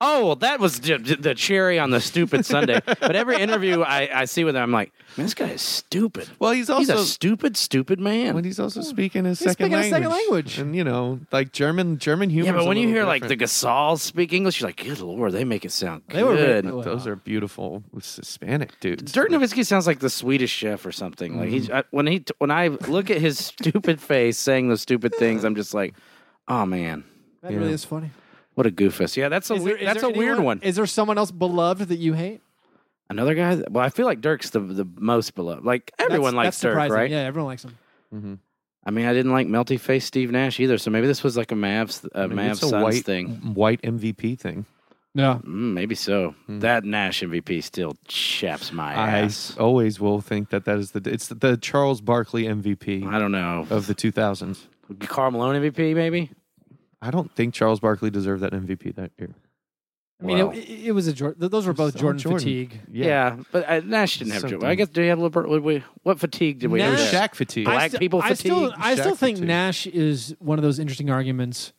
Oh, well, that was j- j- the cherry on the stupid Sunday. but every interview I, I see with him, I'm like, man, this guy is stupid. Well, he's he's also a stupid, stupid man. when he's also speaking his He's second speaking his language. second language. and you know, like German, German humor. yeah, but when you hear like the Gasol speak English, you're like, good lord, they make it sound They were good. written- those are beautiful Hispanic dudes. Dirk Nowitzki sounds like the Swedish chef or something. Like Mm-hmm. he's I, when he when I look at his stupid face saying those stupid things, I'm just like, oh man, That really is funny. what a goofus. Yeah, that's a Is there- weird, is that's a there weird anyone- one. Is there someone else beloved that you hate? Another guy. that- well, I feel like Dirk's the the most beloved. Like That's- everyone likes that's Dirk, surprising. right? Yeah, everyone likes him. I mean, I didn't like melty face Steve Nash either. So maybe this was like a Mavs a Maybe Mavs it's a Suns white thing. white MVP thing. Yeah. Mm, maybe so. Hmm. That Nash MVP still chaps my I ass. always will think that that is the it's the Charles Barkley MVP I don't know. of the 2000s. Carl Malone MVP maybe. I don't think Charles Barkley deserved that MVP that year. I mean, Wow. it, it, it was a Jordan. Those were both So Jordan, Jordan. fatigue. Yeah, but uh, Nash didn't have. So Jordan. dumb. I guess do you have Levert? would we- What fatigue did we? Nash- It was Yeah. Shaq fatigue. Black I sti- people I still, fatigue, I still Shaq think fatigue. Nash is one of those interesting arguments.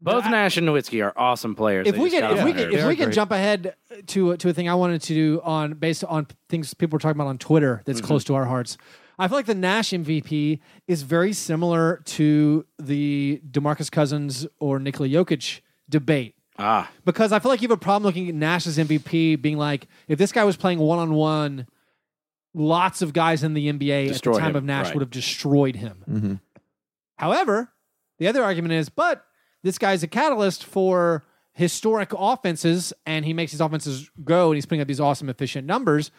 Both Nash and Nowitzki are awesome players. If They we just can, got if on we my can, nerves. if They're we can great. jump ahead to to a thing I wanted to do on based on things people were talking about on Twitter that's Mm-hmm. close to our hearts. I feel like the Nash MVP is very similar to the DeMarcus Cousins or Nikola Jokic debate. ah, because I feel like you have a problem looking at Nash's MVP being like, if this guy was playing one on one, lots of guys in the NBA Destroy at the time him, of Nash right. Mm-hmm. would have destroyed him. However, the other argument is, but this guy's a catalyst for historic offenses and he makes these offenses go and he's putting up these awesome efficient numbers.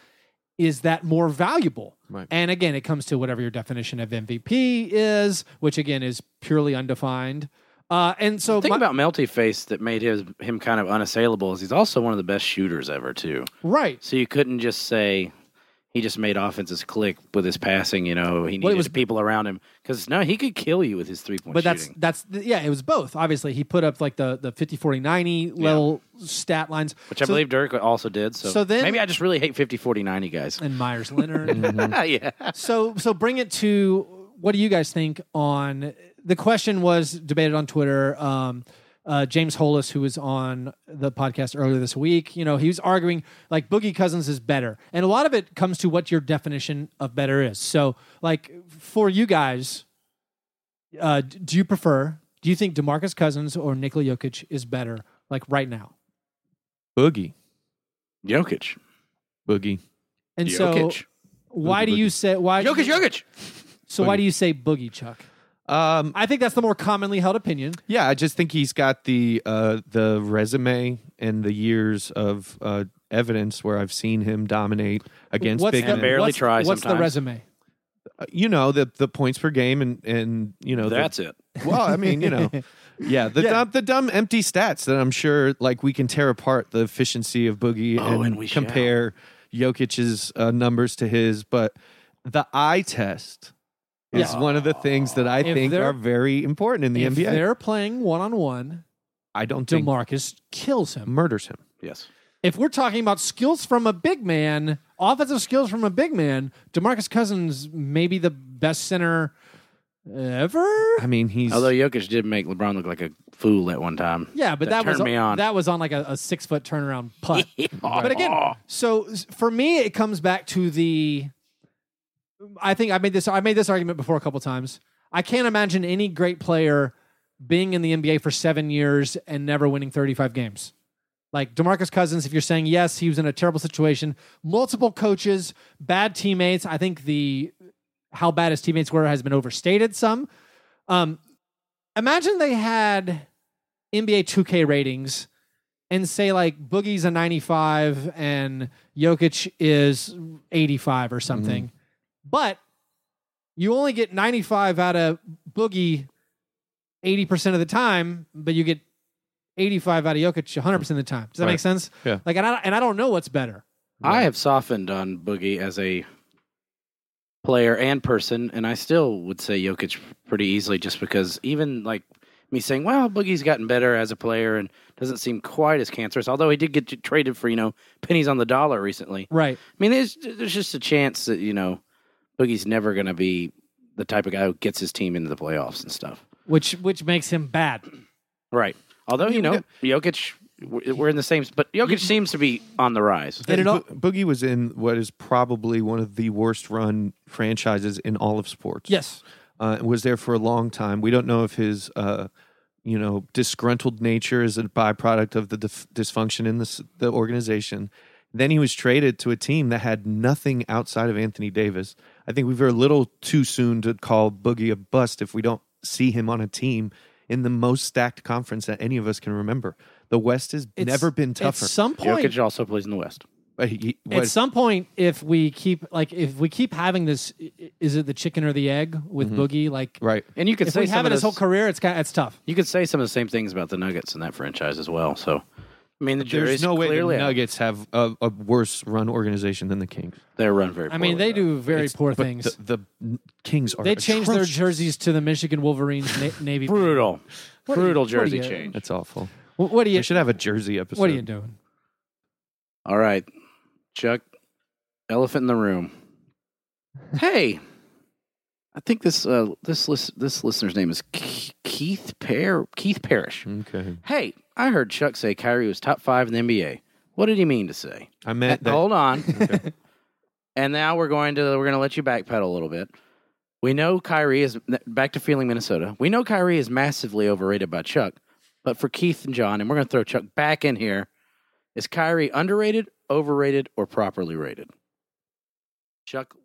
Is that more valuable? Right. And again, it comes to whatever your definition of MVP is, which again is purely undefined. Uh, and so think my- about Melty Face that made his him kind of unassailable. Is he's also one of the best shooters ever too. right. So you couldn't just say he just made offenses click with his passing. You know, he needed Well, it was- people around him because no, he could kill you with his three point. but shooting. that's that's yeah it was both obviously he put up like the the 50 40 90 level stat lines which I So- believe Dirk also did. So, so then- maybe I just really hate 50 40 90 guys. and myers leonard (laughs) yeah. so so bring it to what do you guys think on the question was debated on twitter um uh, James Hollis, who was on the podcast earlier this week, you know, he was arguing like Boogie Cousins is better, and a lot of it comes to what your definition of better is. So, like for you guys, uh, d- do you prefer? Do you think Demarcus Cousins or Nikola Jokic is better, like right now? Boogie. Jokic. Boogie. And Jokic. so, why do you say why? Jokic, Jokic. So why do you say boogie, Chuck? Um, I think that's the more commonly held opinion. yeah, I just think he's got the uh, the resume and the years of uh, evidence where I've seen him dominate against big the- men. Barely what's, try What's the sometimes. resume? you know the the points per game and and you know the- That's it. well i mean you know (laughs) yeah the dumb the dumb empty stats that i'm sure like we can tear apart the efficiency of boogie Oh, and we shall. compare jokic's uh, numbers to his but the eye test is Yeah. one of the things that i If think they're- are very important in the if nba they're playing one on one, i don't think Demarcus kills him. murders him Yes. If we're talking about skills from a big man, offensive skills from a big man, Demarcus Cousins may be the best center ever. i mean he's Although Jokic did make LeBron look like a fool at one time. Yeah, but that, was turned me on. that was on like a, a six foot turnaround putt. (laughs) But again, so s- for me, it comes back to the. I think I made this. I made this argument before a couple times. I can't imagine any great player being in the NBA for seven years and never winning thirty-five games. Like Demarcus Cousins, if you're saying yes, he was in a terrible situation, multiple coaches, bad teammates. I think the how bad his teammates were has been overstated some. Um, imagine they had NBA 2K ratings and say like Boogie's a 95 and Jokic is 85 Mm-hmm. or something. But you only get 95 out of Boogie 80% of the time, but you get 85 out of Jokic 100% of the time. Does that make Right. sense? Yeah. Like, and I, and I don't know what's better. I have softened on Boogie as a player and person, and I still would say Jokic pretty easily just because even like me saying, well, Boogie's gotten better as a player and doesn't seem quite as cancerous, although he did get traded for, you know, pennies on the dollar recently. Right. I mean, there's there's just a chance that you know Boogie's never going to be the type of guy who gets his team into the playoffs and stuff. Which, which makes him bad. Right. Although you know Jokic, we're we're in the same, but Jokic seems to be on the rise. And it all- Bo- Boogie was in what is probably one of the worst run franchises in all of sports. Yes. uh, was there for a long time. We don't know if his, uh, you know, disgruntled nature is a byproduct of the dif- dysfunction in this, the organization. Then he was traded to a team that had nothing outside of Anthony Davis. I think we were a little too soon to call Boogie a bust if we don't see him on a team in the most stacked conference that any of us can remember. The West has It's- never been tougher. At some point, Jokic also plays in the West. But he- what- at some point if we keep like if we keep having this i- i- is it the chicken or the egg with boogie like right. And you could if say we some have it of his those, whole career it's kind it's tough you could say some of the same things about the Nuggets in that franchise as well. So, I mean, the There's jury's no way the clearly out. Nuggets have a, a worse run organization than the Kings. They're run very. i mean poorly, they though. do very poor But things The, the Kings are they changed their atrocious. jerseys to the michigan wolverines na- (laughs) navy brutal, What- brutal what do jersey you- change. That's awful. What, what are you? We should have a Jersey episode. What are you doing? All right, Chuck, elephant in the room. Hey, I think this uh, this list, this listener's name is Ke- Keith Pear Keith Parrish. Okay. Hey, I heard Chuck say Kyrie was top five in the NBA. What did he mean to say? I Uh, meant that. Uh, Hold (laughs) on. and now we're going to we're going to let you backpedal a little bit. We know Kyrie is back to feeling Minnesota. We know Kyrie is massively overrated by Chuck, but for Keith and John, and we're going to throw Chuck back in here. Is Kyrie underrated, overrated, or properly rated? Chuck you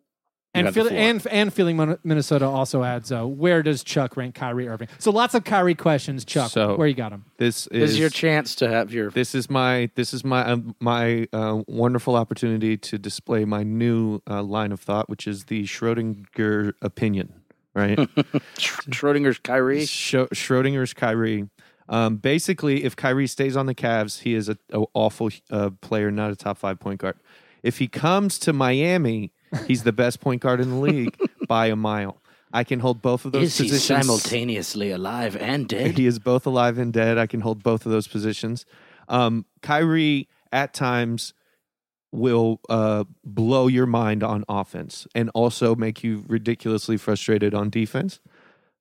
And, have the feel, floor. and and feeling Mon- Minnesota also adds. Uh, where does Chuck rank Kyrie Irving? So lots of Kyrie questions. Chuck, So- where you got him? This this is is your chance to have your This is my this is my um, my uh, wonderful opportunity to display my new uh, line of thought, which is the Schrodinger opinion. Right, Schrodinger's Kyrie. Schro- Schrodinger's Kyrie. Um, basically, if Kyrie stays on the Cavs, he is a, a awful uh, player, not a top five point guard. If he comes to Miami, he's the best point guard in the (laughs) league by a mile. I can hold both of those Is he positions simultaneously alive and dead? he is both alive and dead. I can hold both of those positions. Um, Kyrie at times will uh, blow your mind on offense and also make you ridiculously frustrated on defense.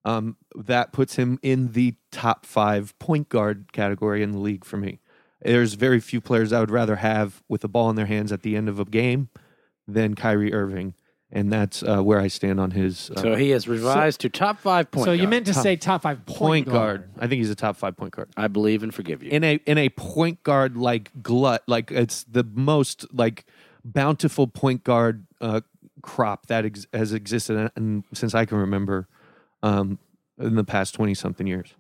Um, that puts him in the top five point guard category in the league for me. There's very few players I would rather have with the ball in their hands at the end of a game than Kyrie Irving. And that's uh, where I stand on his uh, So he has revised to top five point. so you guard. meant to say top five point, point guard. I think he's a top five point guard. I believe and forgive you. in a in a point guard like glut like it's the most like bountiful point guard uh, crop that ex- has existed in, in- since I can remember um, in the past twenty something years.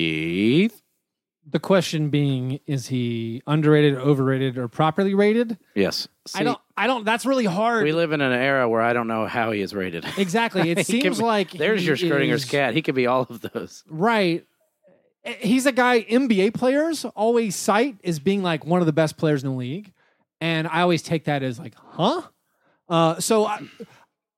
Keith. The question being, is he underrated, overrated, or properly rated? Yes. I don't. I don't. That's really hard. We live in an era where I don't know how he is rated. exactly. It (laughs) He can seems be- like there's he your Schrodinger's is- cat. He could be all of those. Right. Eh, He's a guy NBA players always cite as being like one of the best players in the league. And I always take that as like, huh? Uh, so I,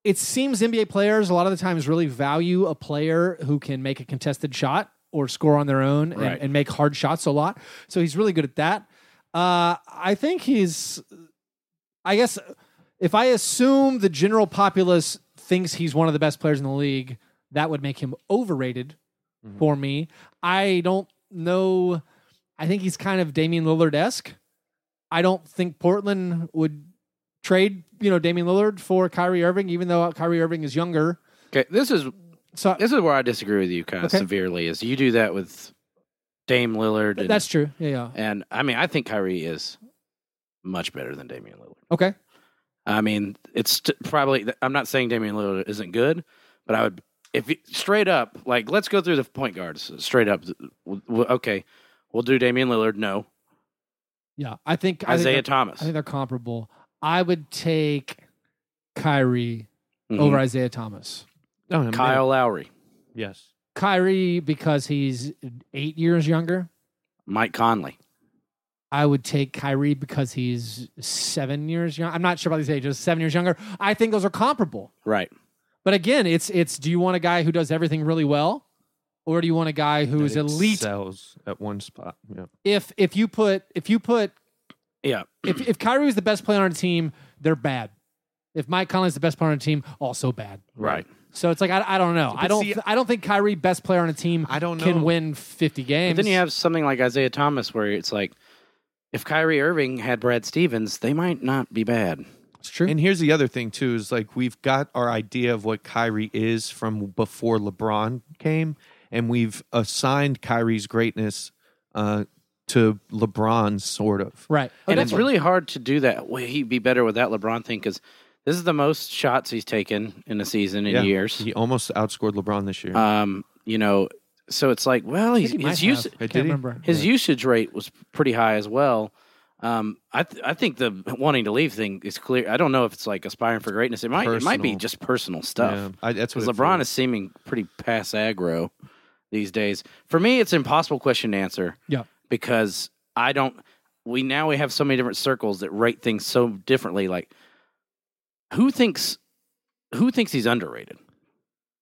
it seems NBA players a lot of the times really value a player who can make a contested shot or score on their own and, Right. and make hard shots a lot. So he's really good at that. Uh, I think he's, I guess, if I assume the general populace thinks he's one of the best players in the league, that would make him overrated for me. I don't know. I think he's kind of Damian Lillard esque. I don't think Portland would trade, you know, Damian Lillard for Kyrie Irving, even though Kyrie Irving is younger. Okay, this is So this is where I disagree with you kind of Okay. severely. Is you do that with Dame Lillard? And, that's true. Yeah, yeah. and I mean I think Kyrie is much better than Damian Lillard. Okay. I mean it's st- probably. I'm not saying Damian Lillard isn't good, but I would if you, straight up like let's go through the point guards straight up. W- w- Okay, we'll do Damian Lillard. No, Yeah. I think I think Isaiah they're- Thomas. I think they're comparable. I would take Kyrie Mhm. over Isaiah Thomas. No, I'm- Kyle Lowry, Oh, yes, Kyrie because he's eight years younger. Mike Conley. I would take Kyrie because he's seven years young. I'm not sure about these ages. Seven years younger. I think those are comparable. Right. But again, it's it's. Do you want a guy who does everything really well, or do you want a guy who's That elite? excels at one spot. Yeah. If if you put if you put Yeah. if if Kyrie was the best player on a team, they're bad. If Mike Conley's the best player on a team, also bad. Right. So it's like I, I don't know. I don't see- I don't think Kyrie best player on a team. I don't know. can win fifty games. But then you have something like Isaiah Thomas where it's like if Kyrie Irving had Brad Stevens, they might not be bad. it's true. And here's the other thing too is like we've got our idea of what Kyrie is from before LeBron came, and we've assigned Kyrie's greatness uh, to LeBron, sort of. right. and Okay. it's really hard to do that. Well, he'd be better with that LeBron thing because this is the most shots he's taken in a season in Yeah. years. He almost outscored LeBron this year. Um, you know, so it's like, well, I he's, think he might his, have. usa- I can't did he? remember. his usage rate was pretty high as well. Um, I th- I think the wanting to leave thing is clear. I don't know if it's like aspiring for greatness. It might it might be Personal. just personal stuff. Yeah, I- that's what Because it LeBron feels. is seeming pretty pass aggro these days. For me, it's an impossible question to answer yeah. because I don't. We now we have so many different circles that rate things so differently. Like, who thinks who thinks he's underrated?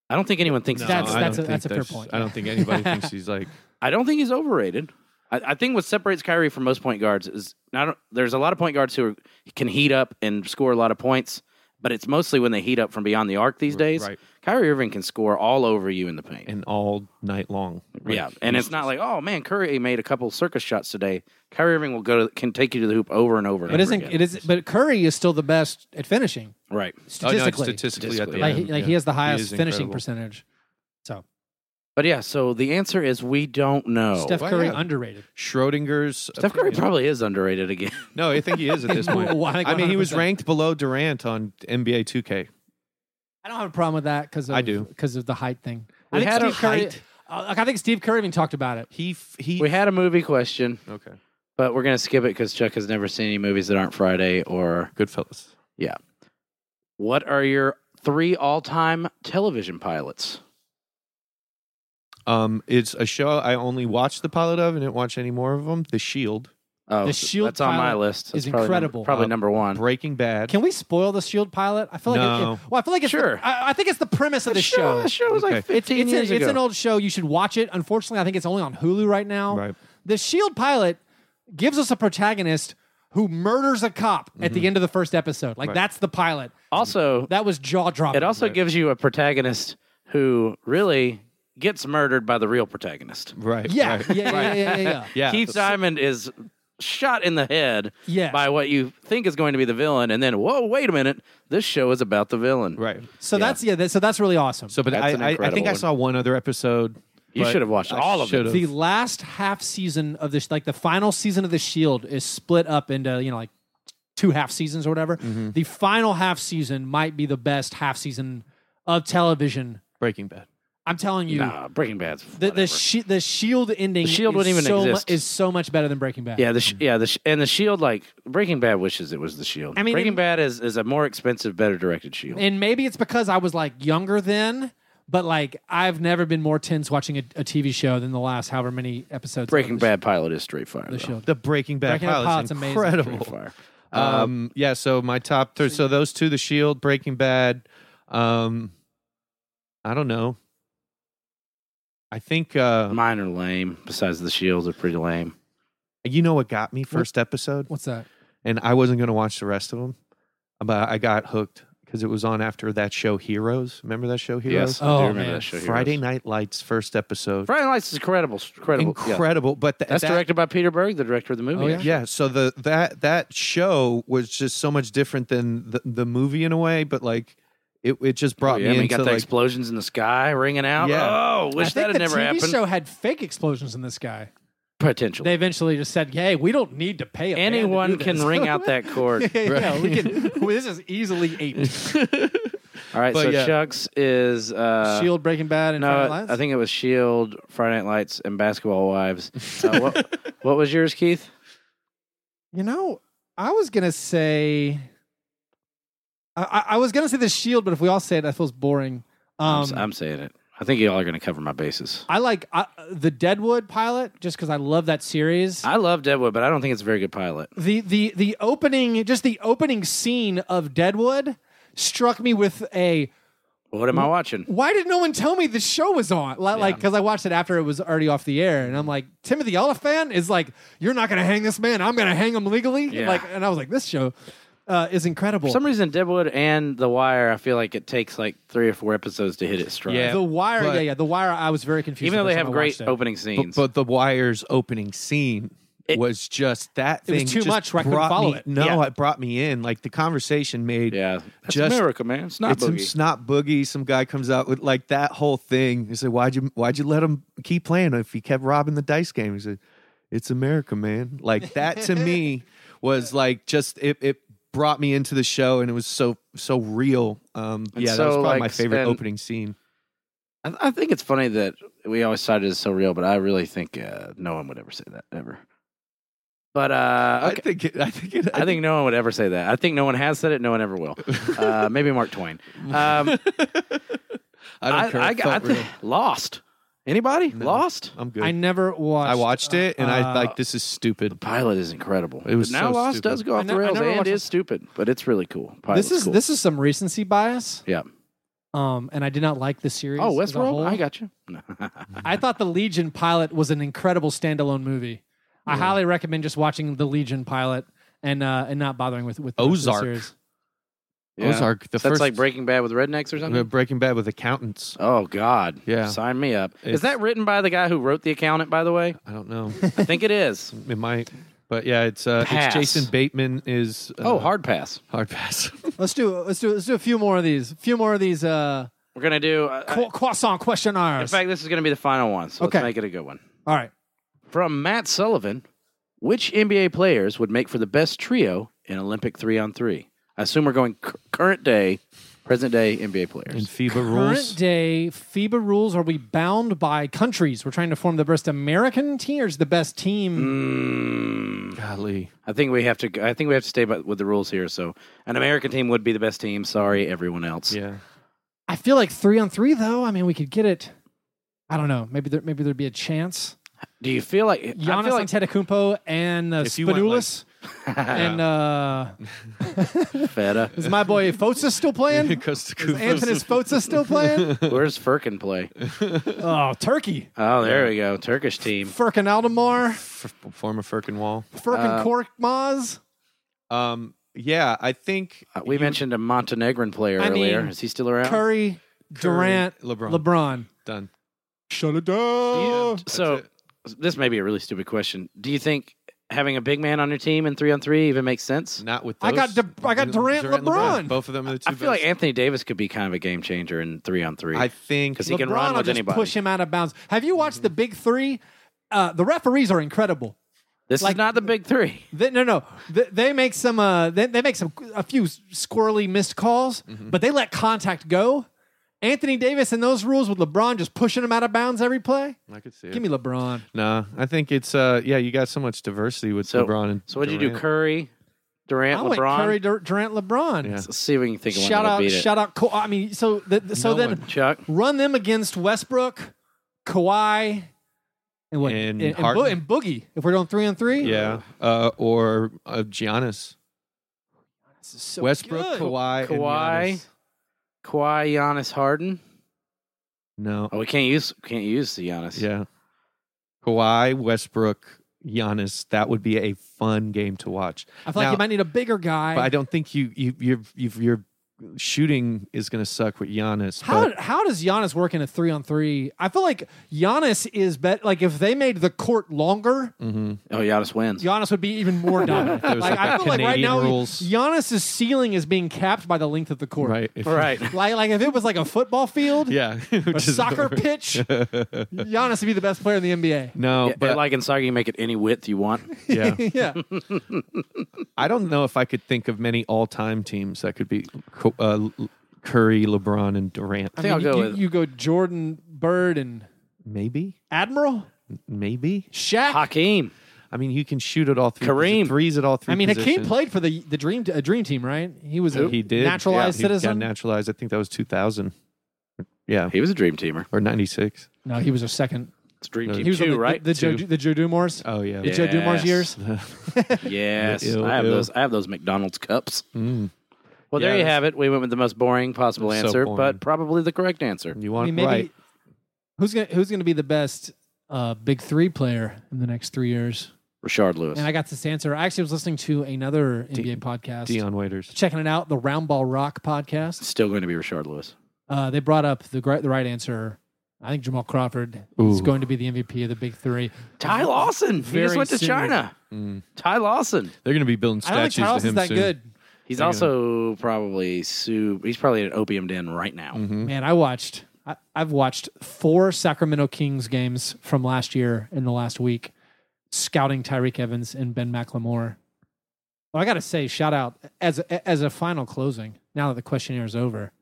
I don't think anyone thinks. No, he's That's- I underrated. that's don't a- that's (laughs) think a fair point. I don't think anybody thinks he's like I don't think he's overrated. I, I think what separates Kyrie from most point guards is not there's a lot of point guards who are, can heat up and score a lot of points, but it's mostly when they heat up from beyond the arc these days. right. Kyrie Irving can score all over you in the paint. and all night long. yeah, and it's not like oh man, Curry made a couple circus shots today. Kyrie Irving will go to, can take you to the hoop over and over. And But over isn't again. it is? But Curry is still the best at finishing right? Oh, no, it's statistically. statistically at the Statistically. like he, end, like yeah. he has the He highest is finishing incredible. percentage. So But yeah, so the answer is we don't know. Steph wow. Curry underrated. Schrodinger's Steph Curry opinion. probably is underrated again. (laughs) No, I think (laughs) he is at this point. Well, like I mean, he was 100%. ranked below Durant on NBA 2K. I don't have a problem with that because I do. because of the height thing. I We think had a Steve Curry. height. uh, like, I think Steve Curry even talked about it. He f- he. we had a movie question, okay. but we're gonna skip it because Chuck has never seen any movies that aren't Friday or Goodfellas. yeah. What are your three all-time television pilots? Um, it's a show I only watched the pilot of and didn't watch any more of them. The Shield, Oh, The so Shield that's on E my pilot list. That's is probably incredible. Number, probably Uh, number one. Breaking Bad. Can we spoil the Shield pilot? I feel like No. it, it- well, I feel like it's Sure. The, I, I think it's the premise of the show. That show was like Okay. 15 It's, years a, it's ago. an old show. You should watch it. Unfortunately, I think it's only on Hulu right now. Right. The Shield pilot gives us a protagonist who murders a cop at Mm-hmm. the end of the first episode. Like that's the pilot. also, That was jaw dropping. it also gives you a protagonist who really gets murdered by the real protagonist. right. yeah, Right. yeah, yeah, yeah, yeah, (laughs) yeah. Yeah. Keith Diamond is shot in the head Yes. by what you think is going to be the villain, and then whoa, wait a minute, this show is about the villain. Right. So that's yeah. That, so that's really awesome. So, but That's an I, I, I incredible think I one. saw one other episode. You but should have watched I all of them. should have. the last half season of this, like the final season of the Shield, is split up into you know like two half seasons or whatever. Mm-hmm. The final half season might be the best half season of television. Breaking Bad. I'm telling you, Nah, Breaking Bad's the the, whatever. shi the Shield ending, The Shield is wouldn't even so mu- exist. is so much better than Breaking Bad. yeah, the sh- yeah, the sh- and the Shield like Breaking Bad wishes it was the Shield. I mean, Breaking in- Bad is is a more expensive, better directed Shield. and maybe it's because I was like younger then. But like I've never been more tense watching a, a TV show than the last however many episodes. of Breaking the Sh- Bad pilot is straight fire. The though. Shield. The Breaking Bad Breaking Bad pilot's pilot's amazing. incredible. Straight fire. Um, yeah, so my top three. So those two, The Shield, Breaking Bad. Um, I don't know. I think uh, Mine are lame. Besides the Shields are pretty lame. you know what got me first episode, What's that? and I wasn't going to watch the rest of them, but I got hooked because it was on after that show Heroes. Remember that show Heroes? Yes, I Oh, do remember man. that show. Heroes. Friday Night Lights first episode. Friday Night Lights is incredible, incredible, yeah. Incredible, but th- That's that- directed by Peter Berg, the director of the movie. Oh, yeah? Yeah, so the that that show was just so much different than the, the movie in a way, but like it, it Oh, just brought yeah, me and we into got the like explosions in the sky ringing out. Yeah. Oh, I wish that think had the never TV happened. (laughs) show had fake explosions in this guy. Potentially. They eventually just said, "Hey, we don't need to pay a band to (laughs) Anyone do can this." ring (laughs) out that chord. yeah, yeah, we can, well, (laughs) this is easily eight. All right, But so yeah. Chucks is (laughs) uh, Shield, Breaking Bad, E and Friday No, Night Lights? I think it was Shield, Friday Night Lights, and (laughs) Basketball Wives. Uh, what, what was yours, Keith? you know. I was gonna say, I, I, I was gonna say the Shield, but if we all say it, that feels boring. I'm, Um, s- I'm saying it. I think y'all are going to cover my bases. I like I, the Deadwood pilot just because I love that series. I love Deadwood, but I don't think it's a very good pilot. the the the opening, just the opening scene of Deadwood, struck me with a What am I watching? why did no one tell me the show was on? Li- Like, because I watched it after it was already off the air, and I'm like, Timothy Oliphant is like, you're not gonna hang this man, I'm gonna hang him legally. Yeah. Like, and I was like, this show uh, is incredible. For some reason, Deadwood and The Wire, I feel like it takes like three or four episodes to hit its stride. Yeah. the Wire, but- yeah, yeah, The Wire. I was very confused. Even though the they first have time I great watched it. opening But, scenes. but the Wire's opening scene It- was just that It was thing. too just much where I couldn't brought follow me- it. No, Yeah. it brought me in. Like the conversation made. yeah. That's just- America, man. It's not It's some snot boogie. Some guy comes out with like that whole thing. He said, "Why'd you Why'd you let him keep playing if he kept robbing the dice game?" He said, "It's America, man." Like that (laughs) to me was like just it. it brought me into the show and it was so so real um And yeah that was so, probably like, my favorite and- opening scene I, I think it's funny that we always cite it as so real, but I really think uh, no one would ever say that ever. But uh, i okay. think it, i think it, I think no one would ever say that. I think no one has said it. No one ever (laughs) will. Uh, maybe Mark Twain. Um, I, i don't I, care I, It felt think real. lost. Anybody lost? i'm good I never watched. I watched it and I uh, like this is stupid. Pilot is incredible. It was But now so Lost stupid. does go I off the ne- I rails never and watched is it. stupid, but it's really cool. Pilot's this is cool. this is some recency bias, yeah. um, and I did not like the series. Oh, as a whole. Westworld. I got you. No. I thought the Legion pilot was an incredible standalone movie. I highly recommend just watching the Legion pilot and uh, and not bothering with with the rest of the Ozark. series. Yeah. Ozark, the That's first- like Breaking Bad with rednecks or The something. Breaking Bad with accountants. Oh God! Yeah. sign me up. It's- Is that written by the guy who wrote The Accountant? By the way, I don't (laughs) know. I think it is. it might, but yeah, it's uh, Pass. it's Jason Bateman is uh, Oh, hard pass. hard pass. (laughs) (laughs) Let's do let's do let's do a few more of these. A few more of these uh, We're gonna do. Uh, qu- croissant in questionnaires. fact, this is gonna be the final one. So Okay. let's make it a good one. All right. From Matt Sullivan, which NBA players would make for the best trio in Olympic three on three? I assume we're going cur- current day, present day NBA and players. FIBA rules. Current day FIBA rules are we bound by countries? We're trying to form the best American team or is the best team. Mm, Golly, I think we have to. I think we have to stay by, with the rules here. So, an American team would be the best team. Sorry, everyone else. yeah. I feel like three on three though. I mean, we could get it. I don't know. Maybe there maybe there'd be a chance. Do you feel like? I Giannis feel like Antetokounmpo and uh, If you (laughs) went, Spinoulis and uh, Feta. (laughs) is my boy Fosa still (laughs) playing? Because (laughs) the Is Anthony Fosa still (laughs) playing? Where's Firkin play? oh, Turkey. Oh, there we go. Turkish team. Furkan Aldemar, former Firkin Wall. Uh, Furkan Korkmaz. Um, yeah, I think Uh, we mentioned a Montenegrin player I earlier. mean, Is he still around? Curry, Durant, LeBron. LeBron. done. Shut it down. so this may be a really stupid question. Do you think having a big man on your team in three on three even makes sense? Not with I those. got Du- I got Durant, LeBron. Both of them are the two I feel best. like Anthony Davis could be kind of a game changer in three on three. I think 'Cause he can LeBron run will with just anybody. push him out of bounds. Have you watched the Big Three? Uh, the referees are incredible. this like- is not the big three. They, no, no, they, they make some. Uh, they, they make some a few squirrely missed calls, Mm-hmm. but they let contact go. Anthony Davis and those rules with LeBron just pushing him out of bounds every play. I could see it. Give me LeBron. nah, I think it's uh yeah, you got so much diversity with So, LeBron and so what did you do? Durant. Curry, Durant, I went LeBron. Curry, Dur- Durant, LeBron. Yeah. Let's see if we can think of Shout one that'll out, beat it. shout out. Ka- I mean, so the, the- so No then one. Chuck. run them against Westbrook, Kawhi, and what And and, Bo- Harden. and Boogie. If we're going three on three, Yeah, uh, or uh, Giannis, This is so Westbrook, good. Kawhi, Kawhi. and Giannis. Kawhi, Giannis, Harden. No, Oh, we can't use can't use the Giannis. yeah, Kawhi, Westbrook, Giannis. That would be a fun game to watch. I feel like Now- you might need a bigger guy. But I don't think you you you you your shooting is going to suck with Giannis. How but how does Giannis work in a three on three? I feel like Giannis is bet like if they made the court longer, Mm. Oh, Giannis wins. Giannis would be even more (laughs) dominant. If it was like, like I that feel like right Canadian now rules. Giannis's ceiling is being capped by the length of the court. right? If, Right. Like like if it was like a football field, Yeah. (laughs) a Which is soccer over. pitch, Giannis would be the best player in the NBA. No, Yeah, but like in soccer, you make it any width you (laughs) want. yeah, (laughs) yeah. I don't know if I could think of many all-time teams that could be Co- uh, L- Curry, LeBron, and Durant. think I'll you, go you- with- you go Jordan, Bird, and Maybe, Admiral, maybe. Shaq. Hakeem. I mean, you can shoot at all three. Kareem. threes at all three. I mean, Hakeem positions. played for the the dream a dream team, right? He was a He did naturalized Yeah, he citizen. Got naturalized. I think that was two thousand. Yeah, He was a dream teamer. or ninety six. no, he was a second. It's dream He team was on two, the, right? The, the, Two. Joe, the Joe Dumars. Oh yeah. the Joe Dumars Yes. (laughs) years. (laughs) yes, Ew, I have ew. those. I have those McDonald's cups. Mm. Well, there Yeah, you that's- have it. We went with the most boring possible That's so answer, boring. but probably the correct answer. You I want mean, maybe right? who's gonna who's gonna be the best uh, big three player in the next three years? Rashard Lewis. And I got this answer. I actually was listening to another NBA podcast, Dion Waiters. checking it out, the Roundball Rock podcast. Still going to be Rashard Lewis. uh, they brought up the gri- the right answer. I think Jamal Crawford is Ooh. going to be the MVP of the Big Three. Ty Lawson. He Very Mm. just went to soon. China. Ty Lawson. They're going to be building I don't think statues Charles to is him that soon. good. He's also probably su- He's probably at an opium den right now. Hmm? Man, I watched. I, I've watched four Sacramento Kings games from last year in the last week, scouting Tyreek Evans and Ben McLemore. Well, I gotta say, shout out as a, as a final closing. Now that the questionnaire is over,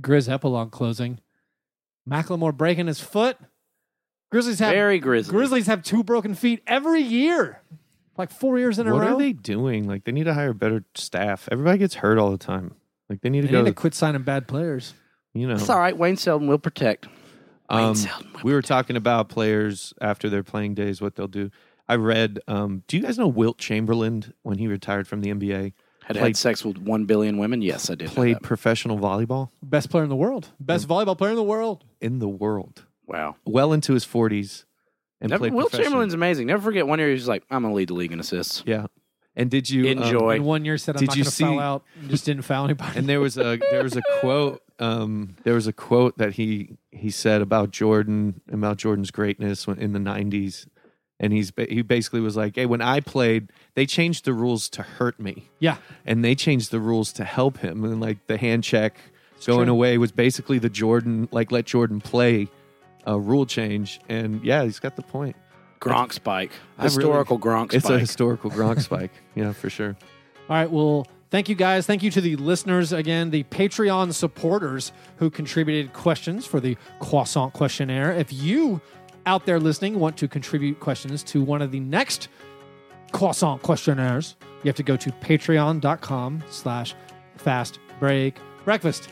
Grizz epilogue closing. McLemore breaking his foot. Grizzlies have Very grizzly. Grizzlies have two broken feet every year, like four years in a What row. are they doing? Like, they need to hire better staff. Everybody gets hurt all the time. Like, they need to They go. need to quit signing bad players. you know, It's all right. Wayne Selden will protect. Um, Selden will we were talking about players after their playing days, what they'll do. I read. Um, do you guys know Wilt Chamberlain when he retired from the NBA? Had played- had sex with one billion women. Yes, I did. know Played that. professional volleyball Best player in the world. Best volleyball player in the world. in the world, Wow. well into his forties, and Never, played Will professionally. Chamberlain's amazing. Never forget one year he was like, I'm gonna lead the league in assists. Yeah. And did you um, Enjoy. And one year said, I'm Did not you going to foul see- out. and Just didn't foul anybody. and there was a there was a quote um there was a quote that he he said about Jordan about Jordan's greatness when, in the 90s and he's ba- he basically was like hey when I played they changed the rules to hurt me yeah. and they changed the rules to help him and like the hand check going true. away was basically the Jordan like let Jordan play uh, rule change and yeah he's got the point Gronk spike. I really- Historical Gronk spike. it's a historical Gronk spike (laughs) yeah for sure All right. Well, thank you guys. Thank you to the listeners again, the Patreon supporters who contributed questions for the croissant questionnaire. If you out there listening want to contribute questions to one of the next croissant questionnaires, you have to go to patreon.com slash fast break breakfast.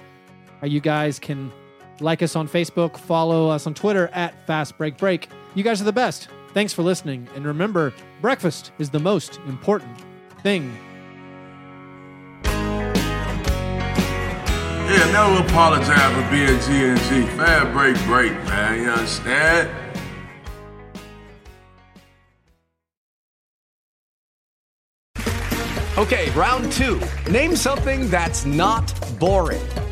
Uh, You guys can like us on Facebook, follow us on Twitter at Fast Break Break. You guys are the best. Thanks for listening. And remember, breakfast is the most important thing Yeah, never apologize for being G and G. Fab break, break, man. You understand? Okay, round two. Name something that's not boring.